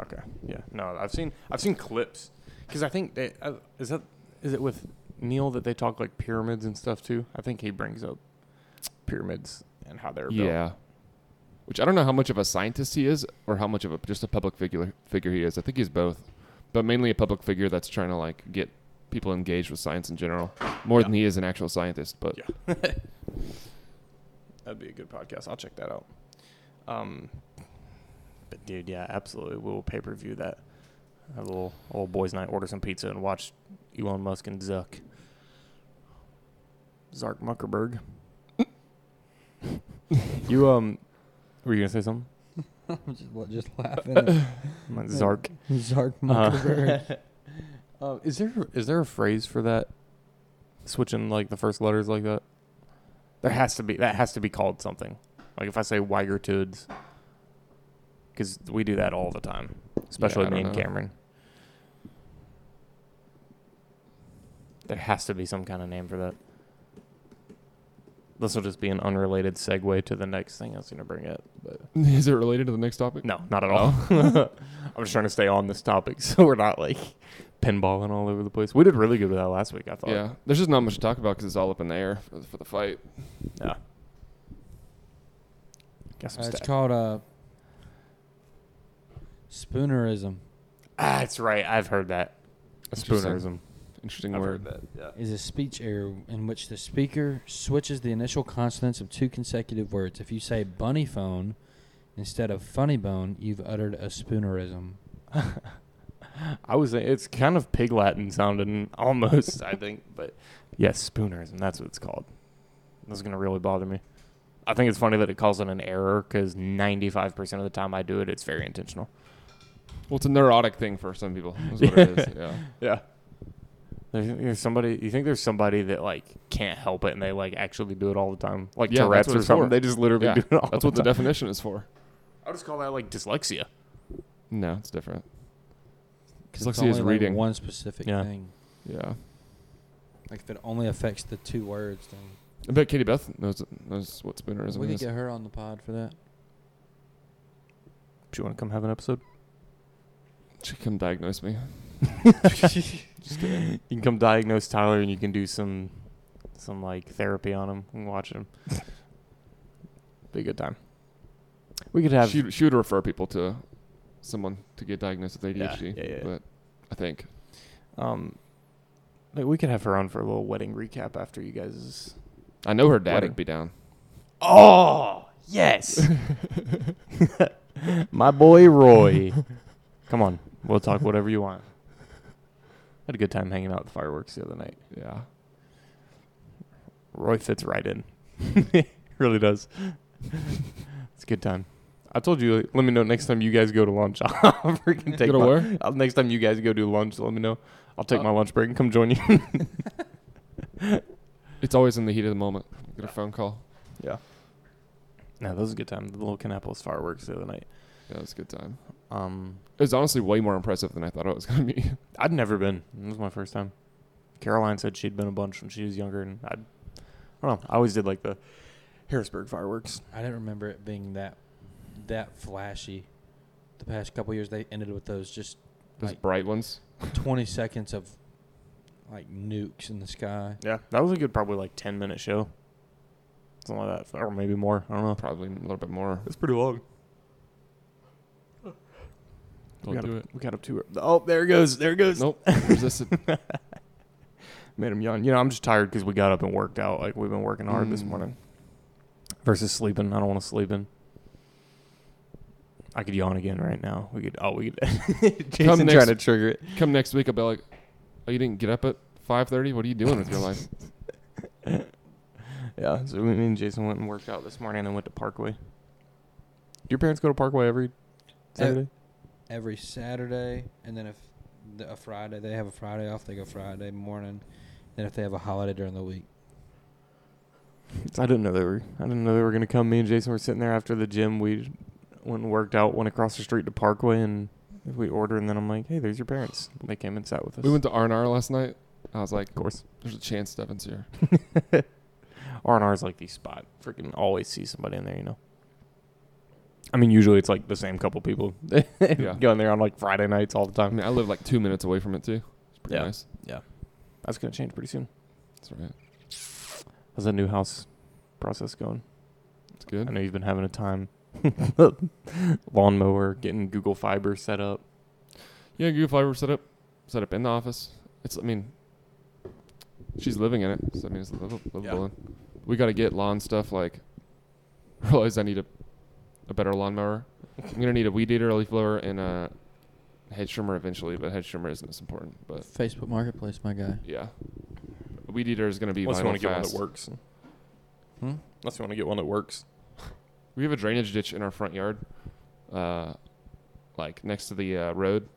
Okay. Yeah. No, I've seen I've seen clips because I think they uh, is that is it with Neil that they talk like pyramids and stuff too. I think he brings up pyramids and how they're built.
Yeah. Which I don't know how much of a scientist he is, or how much of a just a public figure figure he is. I think he's both, but mainly a public figure that's trying to like get people engaged with science in general more
Yeah.
than he is an actual scientist. But
Yeah. That'd be a good podcast. I'll check that out. Um, but dude, yeah, absolutely. We'll pay per view that. Have a little old boys' night, order some pizza, and watch Elon Musk and Zuck. Zark Muckerberg. you um, were you gonna say something?
I'm just, la- just laughing. At
My Zark.
Zark
Uh,
Muckerberg.
Uh, is there is there a phrase for that? Switching like the first letters like that. There has to be that has to be called something. Like if I say Weigertudes, because we do that all the time, especially
I
me
don't
and
know.
Cameron. There has to be some kind of name for that. This will just be an unrelated segue to the next thing I was going to bring up, but
Is it related to the next topic?
no, not at all. I'm just trying to stay on this topic so we're not like pinballing all over the place. We did really good with that last week, I thought.
Yeah, there's just not much to talk about because it's all up in the air for, for the fight.
Yeah. Got some
Uh, it's
stat-
called uh, spoonerism.
ah, that's right. I've heard that. A spoonerism.
Interesting
I've
word.
heard that.
is a speech error in which the speaker switches the initial consonants of two consecutive words. If you say bunny phone instead of funny bone, you've uttered a spoonerism.
I was it's kind of pig Latin sounding almost, I think, but yes, spoonerism. That's what it's called. This is gonna really bother me. I think it's funny that it calls it an error because 95% of the time I do it, it's very intentional.
Well, it's a neurotic thing for some people. Is what it is. Yeah.
Yeah. There's, there's somebody. You think there's somebody that like can't help it and they like actually do it all the time, like
Yeah,
Tourette's
that's what
or
it's
something.
for.
They just literally
Yeah,
do it all.
That's
the
what the
time.
definition is for.
I'll just call that like dyslexia.
No, it's different.
Because
Dyslexia is reading.
one specific
Yeah.
thing.
Yeah.
Like if it only affects the two words, then
I bet Katie Beth knows knows what spoonerism
we could
is.
get her on the pod for that.
Do you want to come have an episode?
She come diagnose me.
Just kidding. You can come diagnose Tyler and you can do some, some like therapy on him and watch him. Be a good time. We could have.
She she would refer people to someone to get diagnosed with
Yeah,
ADHD.
yeah, yeah.
But I think
Um, like we could have her on for a little wedding recap after you guys.
I know her dad
Wedding.
would be down.
Oh yes, my boy Roy. Come on, we'll talk whatever you want. Had a good time hanging out at the fireworks the other night.
Yeah.
Roy fits right in. really does. it's a good time. I told you. Let me know next time you guys go to lunch. I'll freaking take
Go to
my,
where?
uh, next time you guys go do lunch. Let me know. I'll take
Uh,
my lunch break and come join you.
It's always in the heat of the moment. Get a phone call.
yeah. No, that was a good time. The little Canapolis fireworks the other night.
Yeah, it was a good time.
Um,
It was honestly way more impressive than I thought it was gonna be.
I'd never been. It was my first time. Caroline said she'd been a bunch when she was younger, and I'd, I don't know. I always did like the Harrisburg fireworks.
I didn't remember it being that that flashy. The past couple years, they ended with those just
Those
Like-
bright ones.
20 seconds of like nukes in the sky.
Yeah, that was a good, probably like ten minute show, something like that, or maybe more. I don't know.
Probably a little bit more.
It's pretty long.
Don't
we got
do
up,
it.
We got up to Oh, there it goes. There it goes.
Nope. Resisted.
Made him yawn. You know, I'm just tired because we got up and worked out. Like we've been working hard this
Mm.
morning. Versus sleeping. I don't want to sleep in. I could yawn again right now. We could. Oh, we could. Jason
next-
trying to trigger it.
Come next week, I'll be like, "Oh, you didn't get up at 5:30? What are you doing with your life?"
Yeah. So me and Jason went and worked out this morning and then went to Parkway. Do your parents go to Parkway every Saturday?
every Saturday, and then if the, a Friday they have a Friday off, they go Friday morning. Then if they have a holiday during the week,
I didn't know they were. I didn't know they were gonna come. Me and Jason were sitting there after the gym. We went and worked out. Went across the street to Parkway, and we ordered. And then I'm like, "Hey, there's your parents." And they came and sat with us.
we went to R and R last night. I was like,
of course.
"There's a chance Steven's here."
R and R is like the spot. Freaking always see somebody in there, you know. I mean, usually it's like the same couple people.
Yeah.
Going there on like Friday nights all the
I
time.
mean, I live like two minutes away from it too. It's pretty
Yeah.
nice.
That's gonna change pretty soon.
That's right.
How's that new house process going?
It's good.
I know you've been having a time. Lawnmower, getting Google Fiber set up.
Yeah, Google Fiber set up, set up in the office. It's, I mean, she's living in it. So I mean, it's livable. livable. and We got to get lawn stuff. Like, realize I need a, a better lawnmower. I'm gonna need a weed eater, a leaf blower, and a hedge trimmer eventually. But hedge trimmer isn't as important. But
Facebook Marketplace, my guy.
yeah, a weed eater is going to be
Unless you
vital
want to get one
fast.
that works.
Hmm?
Unless you want to get one that works.
We have a drainage ditch in our front yard, uh, like next to the uh, road.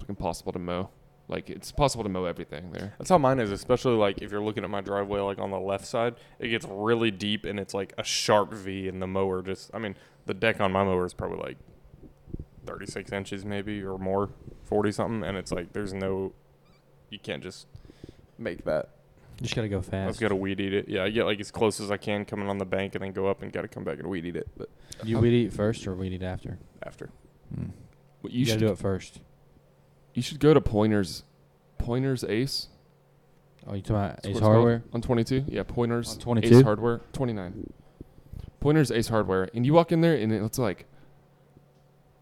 It's impossible to mow. Like it's possible to mow everything there.
That's how mine is, especially like if you're looking at my driveway, like on the left side, it gets really deep and it's like a sharp V, and the mower just, I mean, the deck on my mower is probably like 36 inches maybe or more, 40 something, and it's like there's no, you can't just make that.
You just gotta go
I
fast.
just gotta weed eat it. Yeah, I get like as close as I can coming on the bank and then go up and gotta come back and weed eat it, but
You weed eat first or weed eat after?
after.
What
You,
you
gotta
should
do it first.
you should go to Pointers, Pointers Ace.
Oh, you talking about
That's what
Ace
it's called,
Hardware?
on 22. Yeah, Pointers
On 22?
Ace Hardware 29. Pointers Ace Hardware, and you walk in there and it looks like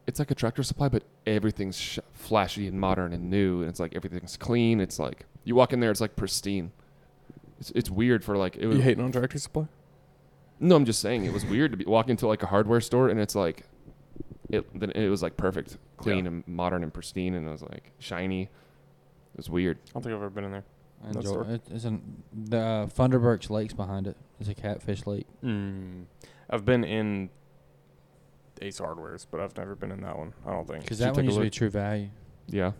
it's like a tractor supply, but everything's sh- flashy and modern and new, and it's like everything's clean. It's like you walk in there, it's like pristine. It's, it's weird for like it was.
You hating on Tractor Supply?
No, I'm just saying it was weird to be walking into like a hardware store and it's like it then it was like perfect, clean
Yeah.
and modern and pristine and it was like shiny. It was weird.
I don't think I've ever been in there.
I
That's
enjoy
the-
it. It's in the uh, Thunderbirch Lake's behind it. It's a catfish lake. Hmm.
Mm. I've been in Ace Hardware's, but I've never been in that one. I don't think.
Because
Should
that
take
one
a
used to be
look.
True Value.
Yeah.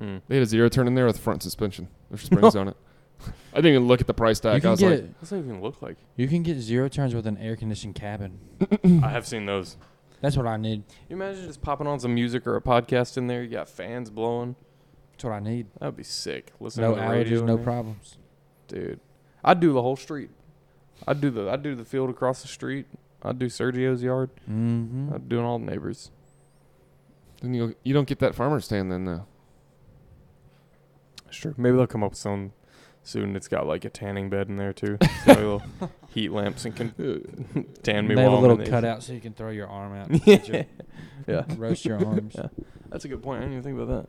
Mm.
They had a zero turn in there with front suspension with springs on it. I didn't even look at the price
You
tag. I
can
was
get
like,
What's that even look like?
you can get zero turns with an air conditioned cabin.
I have seen those.
That's what I need.
You imagine just popping on some music or a podcast in there. You got fans blowing.
That's what I need.
That'd be sick. Listen
No
to the radio
allergies,
in
no
there.
problems.
dude. I'd do the whole street. I'd do the I'd do the field across the street. I'd do Sergio's yard.
Mm-hmm.
I'd do all the neighbors.
then you you don't get that farmer stand then though.
Sure. Maybe they'll come up with some soon. It's got like a tanning bed in there too. It's got little heat lamps and can tan me
they have
while I'm
a little
in these.
cutout so you can throw your arm out. and get your-
Yeah.
Roast your arms.
Yeah. That's a good point. I didn't even think about that.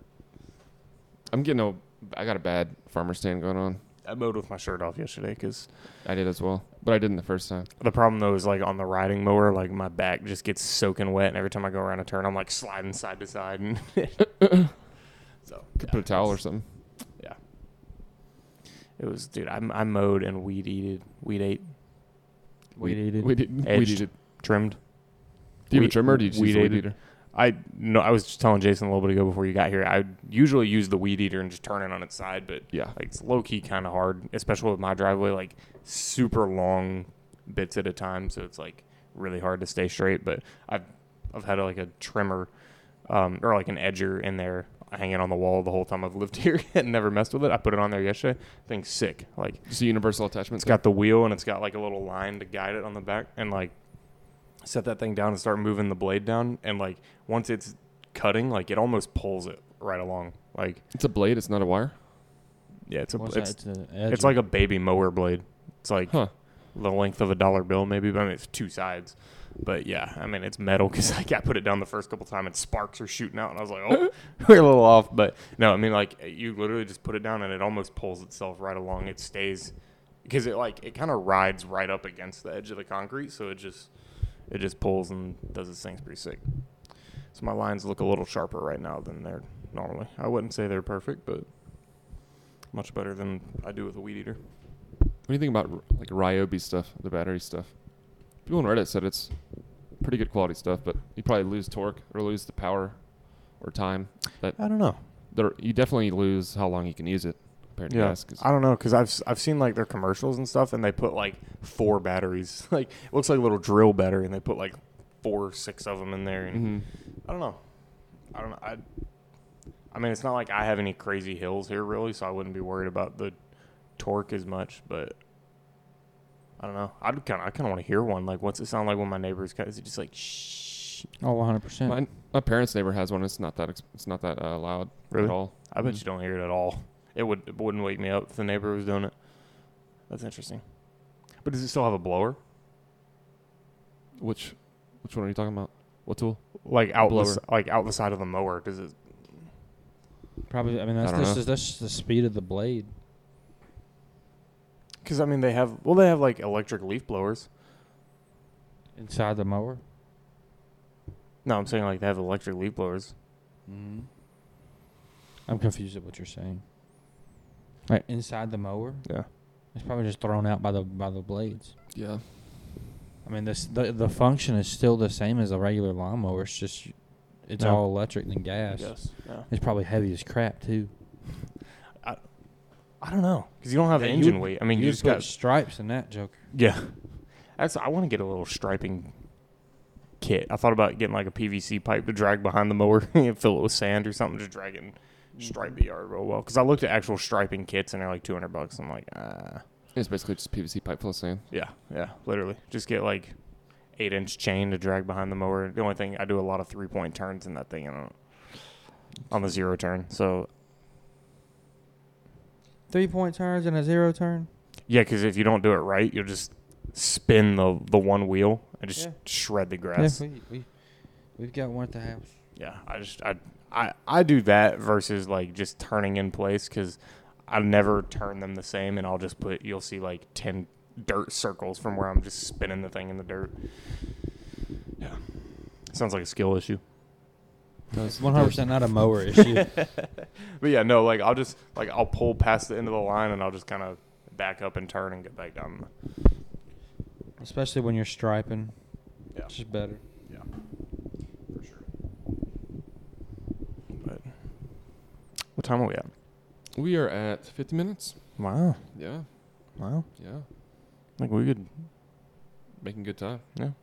I'm getting a I got a bad farmer stand going on.
I mowed with my shirt off yesterday because
I did as well, but I didn't the first time.
the problem though is like on the riding mower, like my back just gets soaking wet, and every time I go around a turn, I'm like sliding side to side. And so
Could put a towel or something.
Yeah. It was, dude. I, I mowed and weed eated, weed ate,
Weed eated.
We did. We
Edged.
did.
trimmed.
Do you have
Weed-
a trimmer? Or do you just use a
weed
weed
aided.
eater?
I no, I was just telling Jason a little bit ago before you got here. I usually use the weed eater and just turn it on its side, but
Yeah.
like it's low key kind of hard, especially with my driveway, like super long bits at a time, so it's like really hard to stay straight. But I've I've had like a trimmer um, or like an edger in there hanging on the wall the whole time I've lived here and never messed with it. I put it on there yesterday. Thing's sick. Like
Just a universal attachment.
it's got the wheel and it's got like a little line to guide it on the back and like set that thing down and start moving the blade down and like once it's cutting, like it almost pulls it right along. Like
It's a blade. It's not a wire.
yeah, it's a
What's
it's
that? It's a
it's
edger.
like a baby mower blade. It's like
Huh.
the length of a dollar bill, maybe, but I mean, it's two sides. But yeah, I mean, it's metal because like, I put it down the first couple time and sparks are shooting out, and I was like, oh, we're a little off. But no, I mean, like you literally just put it down and it almost pulls itself right along. It stays because it like it kind of rides right up against the edge of the concrete, so it just it just pulls and does its things pretty sick. So my lines look a little sharper right now than they're normally. I wouldn't say they're perfect, but much better than I do with a weed eater.
What do you think about r- like Ryobi stuff, the battery stuff? People on Reddit said it's pretty good quality stuff, but you probably lose torque or lose the power or time. That
I don't know.
there, you definitely lose how long you can use it compared to gas. 'cause-
I don't know because I've s- I've seen like their commercials and stuff, and they put like four batteries. Like it looks like a little drill battery, and they put like four, six of them in there. And
Mhm.
I don't know. I don't know. I I mean, it's not like I have any crazy hills here really, so I wouldn't be worried about the torque as much. But I don't know. I'd kind of I kind of want to hear one. Like, what's it sound like when my neighbors cut? Is it just like shh?
oh, 100. percent
My, my parents' neighbor has one. It's not that ex- it's not that uh, loud
Really?
at all.
I bet
Mhm.
you don't hear it at all. It would it wouldn't wake me up if the neighbor was doing it. That's interesting. But does it still have a blower?
Which which one are you talking about? What tool?
like out the,
Blower.
s- like out the side of the mower. Does it?
Probably. I mean, that's
I don't
this
know.
is that's just the speed of the blade.
Because I mean, they have well, they have like electric leaf blowers.
Inside the mower.
No, I'm saying like they have electric leaf blowers.
Mm-hmm. I'm confused at what you're saying. Right inside the mower.
Yeah.
It's probably just thrown out by the by the blades.
Yeah.
I mean, this the the function is still the same as a regular lawnmower. It's just it's
Yeah.
all electric than gas.
guess. Yeah.
It's probably heavy as crap too.
I don't know because you don't have
Yeah,
the
you
engine
would-
weight. I mean, you,
you
just
put
got
stripes in that joker.
yeah. That's I want to get a little striping kit. I thought about getting like a PVC pipe to drag behind the mower and fill it with sand or something, just drag it and
Mm-hmm.
stripe the yard real well. Because I looked at actual striping kits and they're like two hundred bucks. I'm like, uh,
It's basically just PVC pipe full of sand.
yeah, yeah, literally, just get like eight inch chain to drag behind the mower. The only thing I do a lot of three point turns in that thing. and I don't on the zero turn. So
Three point turns and a zero turn.
yeah, because if you don't do it right, you'll just spin the the one wheel and just
Yeah.
shred the grass.
Yeah, we, we we've got one at the house.
Yeah, I just I I I do that versus like just turning in place because I never turn them the same, and I'll just put you'll see like ten dirt circles from where I'm just spinning the thing in the dirt. Yeah, sounds like a skill issue.
Does-
One hundred percent not a mower issue.
But yeah, no, like I'll just like I'll pull past the end of the line, and I'll just kind of back up and turn and get back down.
Especially when you're striping.
Yeah.
It's just better.
Yeah, for sure. But what time are we at?
We are at 50 minutes.
Wow,
Yeah.
wow,
Yeah.
like we could
Making good time.
Gonna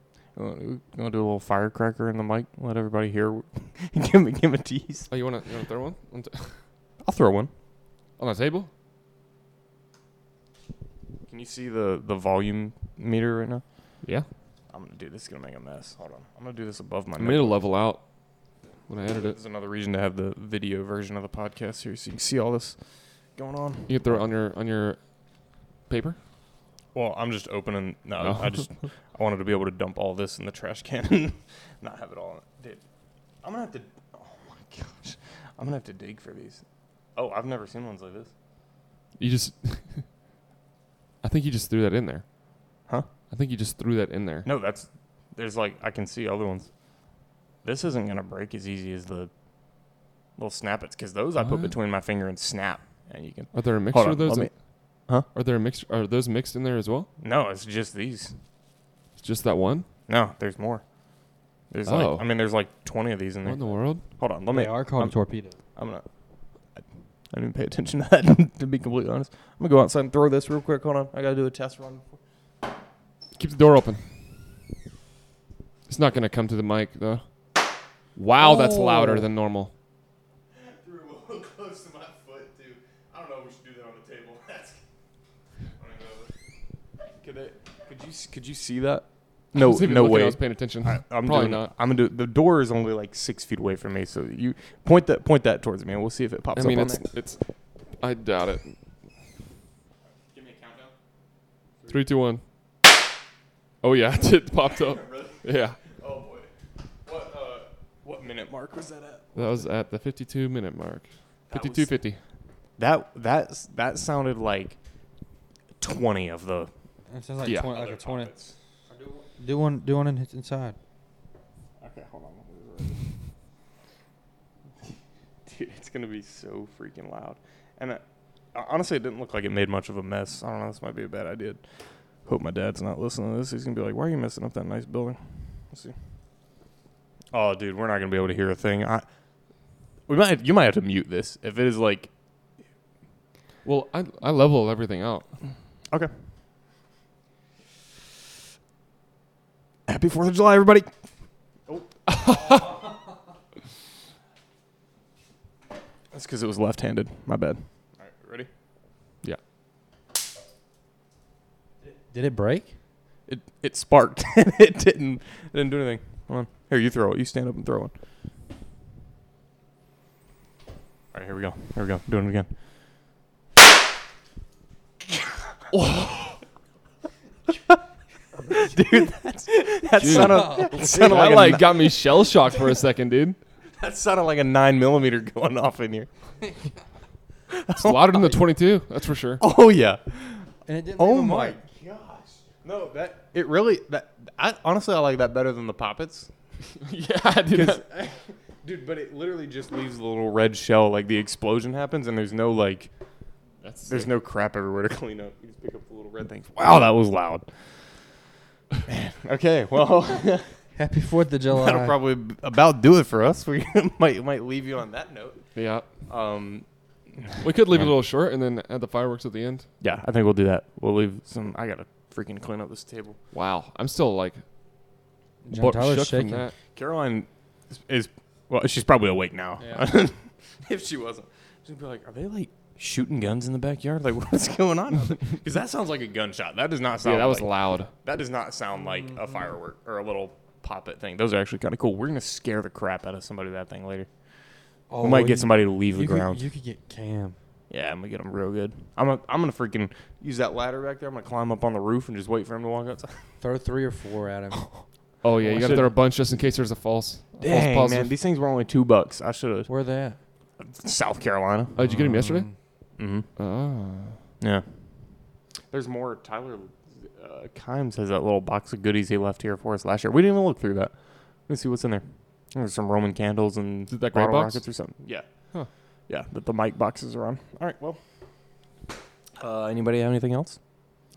do a little firecracker in the mic. Let everybody hear. give me, give 'em a tease.
Oh, you want to you wanna throw one? On, t-
I'll throw one.
on the table?
Can you see the the volume meter right now?
Yeah.
I'm gonna do this. It's gonna make a mess. Hold on. I'm gonna do this above my.
I made a level out when I added it.
There's another reason to have the video version of the podcast here, so you can see all this going on.
You can throw it on your on your paper.
Well, I'm just opening. No,
Oh.
I just I wanted to be able to dump all this in the trash can and not have it all. in Dude, I'm gonna have to. Oh my gosh, I'm gonna have to dig for these. Oh, I've never seen ones like this.
You just. I think you just threw that in there.
Huh?
I think you just threw that in there.
No, that's there's like I can see other ones. This isn't gonna break as easy as the little snappets because those I put
What?
between my finger and snap, and you can.
Are there a mixture
on,
of those?
let
in-
me- Huh?
Are there a mix? Are those mixed in there as well?
No, it's just these.
It's just that one.
No, there's more. There's
Oh.
like I mean, there's like 20 of these in
What
there.
in the world?
Hold on, let
They
me.
are called
I'm,
a torpedo.
I'm gonna. I, I didn't pay attention to that to be completely honest. I'm gonna go outside and throw this real quick. Hold on, I gotta do a test run. Before.
Keep the door open. It's not gonna come to the mic though. Wow, that's louder
Oh.
than normal.
Threw a little close to my foot too. I don't know. if We should do that on the table. That's. I don't know. Could they, Could you s- could you see that?
I
No,
was even
no
looking, I
way.
was paying attention.
I, I'm
Probably
doing,
not.
I'm gonna do. The door is only like six feet away from me, so you point that point that towards me, and we'll see if it
I
pops
mean,
up.
it's it's. I doubt it.
Give me a countdown.
Three, two, one. Oh yeah, it popped up. Yeah,
Oh boy. What uh, what minute mark was that at?
that was at the 52 minute mark.
That was-
52:50.
That that's that sounded like twenty of the
It sounds like,
Yeah.
20, like
other
a 20.
puppets.
Do one, do one in, his- inside.
Okay, hold on. let me read. Dude, it's gonna be so freaking loud. And I, honestly, it didn't look like it made much of a mess. I don't know. This might be a bad idea. Hope my dad's not listening to this. He's gonna be like, "Why are you messing up that nice building?" Let's see. Oh, dude, we're not gonna be able to hear a thing. I, we might. You might have to mute this if it is like.
Well, I I level everything out.
Okay. Happy Fourth of July, everybody! That's because it was left-handed. My bad. All right, ready?
Did it break?
It it sparked. it didn't it didn't do anything. Hold on. Here, you throw it. You stand up and throw it. All right, here we go. Here we go. Doing it again. Dude, that's, that
Dude.
sounded, that sounded
I
like,
like
a,
got me shell shocked for a second, dude.
that sounded like a nine millimeter going off in here.
It's louder than the 22. That's for sure.
Oh yeah.
And it didn't
Oh
leave a
my
mark.
gosh. No, that it really that I honestly I like that better than the poppets.
yeah, dude.
Because, dude, but it literally just leaves a little red shell. Like the explosion happens, and there's no like,
That's
There's
sick.
no crap everywhere to clean up. You just pick up the little red things. Wow, that was loud. Man, okay, well,
Happy Fourth of July.
that'll probably b- about do it for us. We might might leave you on that note.
Yeah,
Um,
we could leave it
Yeah.
a little short and then add the fireworks at the end.
yeah, I think we'll do that. We'll leave some. I gotta freaking clean up this table.
Wow, I'm still like
John Tyler's
shook from
shaking.
that.
Caroline is, is well, she's probably awake now.
Yeah.
if she wasn't, she'd be like, "Are they like shooting guns in the backyard? Like, what's going on?" Because that sounds like a gunshot. That does not sound.
Yeah, that was
like,
loud.
That does not sound like a firework or a little poppet thing. Those are actually kind of cool. We're gonna scare the crap out of somebody with that thing later.
Oh,
we might
you-
get somebody to leave the
you could-
ground.
you could get Cam.
yeah, I'm gonna get them real good. I'm gonna, I'm gonna freaking use that ladder back there. I'm gonna climb up on the roof and just wait for him to walk outside.
Throw three or four at him.
Oh yeah,
I
you got to
should-
throw a bunch just in case there's a false. a
Dang,
false
man,
positive.
these things were only two bucks. I should
Where they at?
have South Carolina.
Oh, did you get him yesterday?
Um,
Mm-hmm.
Oh,
Yeah. There's more. Tyler uh, Kimes has that little box of goodies he left here for us last year. We didn't even look through that. Let's see what's in there. There's some Roman candles and
Is it that gray
bottle
box?
rockets or something. Yeah.
Huh.
Yeah, that the mic boxes are on. All right, well. Uh, anybody have anything else?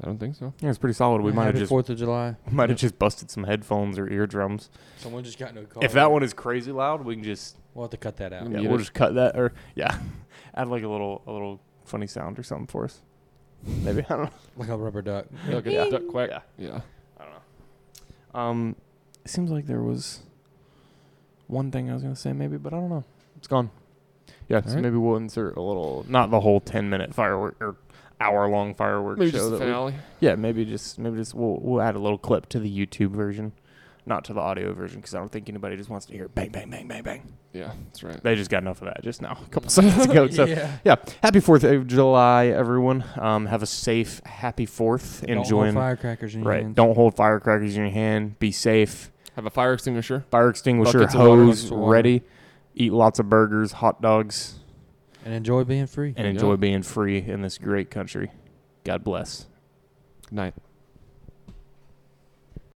I don't think so.
Yeah, it's pretty solid. We might have
Happy
just
Fourth of July.
might have just busted some headphones or eardrums.
Someone just got into a car.
If that one is crazy loud, we can just
we'll have to cut that out.
Mm.
yeah,
Mute
we'll
it.
just cut that or yeah, add like a little a little funny sound or something for us. Maybe I don't know.
Like a rubber duck.
Okay,
Yeah.
duck quack.
Yeah.
Yeah.
I don't know. Um, it seems like there was one thing I was gonna say maybe, but I don't know. It's gone. Yeah, so
Alright.
maybe we'll insert a little, not the whole ten minute firework or hour long fireworks
Maybe
show.
just the
that we-
finale.
yeah, maybe just maybe just we'll we'll add a little clip to the YouTube version, not to the audio version, because I don't think anybody just wants to hear bang bang bang bang bang.
Yeah, that's right.
They just got enough of that just now, a couple seconds ago. So
yeah.
yeah, happy Fourth of July, everyone. Um, have a safe, happy Fourth.
Don't hold
Enjoying
firecrackers in your
Right.
hands.
Don't hold firecrackers in your hand. Be safe.
Have a fire extinguisher.
Fire extinguisher,
Buckets of water,
hose
buckets of water.
ready. Eat lots of burgers, hot dogs,
And enjoy being free.
and
Yeah.
enjoy being free in this great country. God bless.
Good night.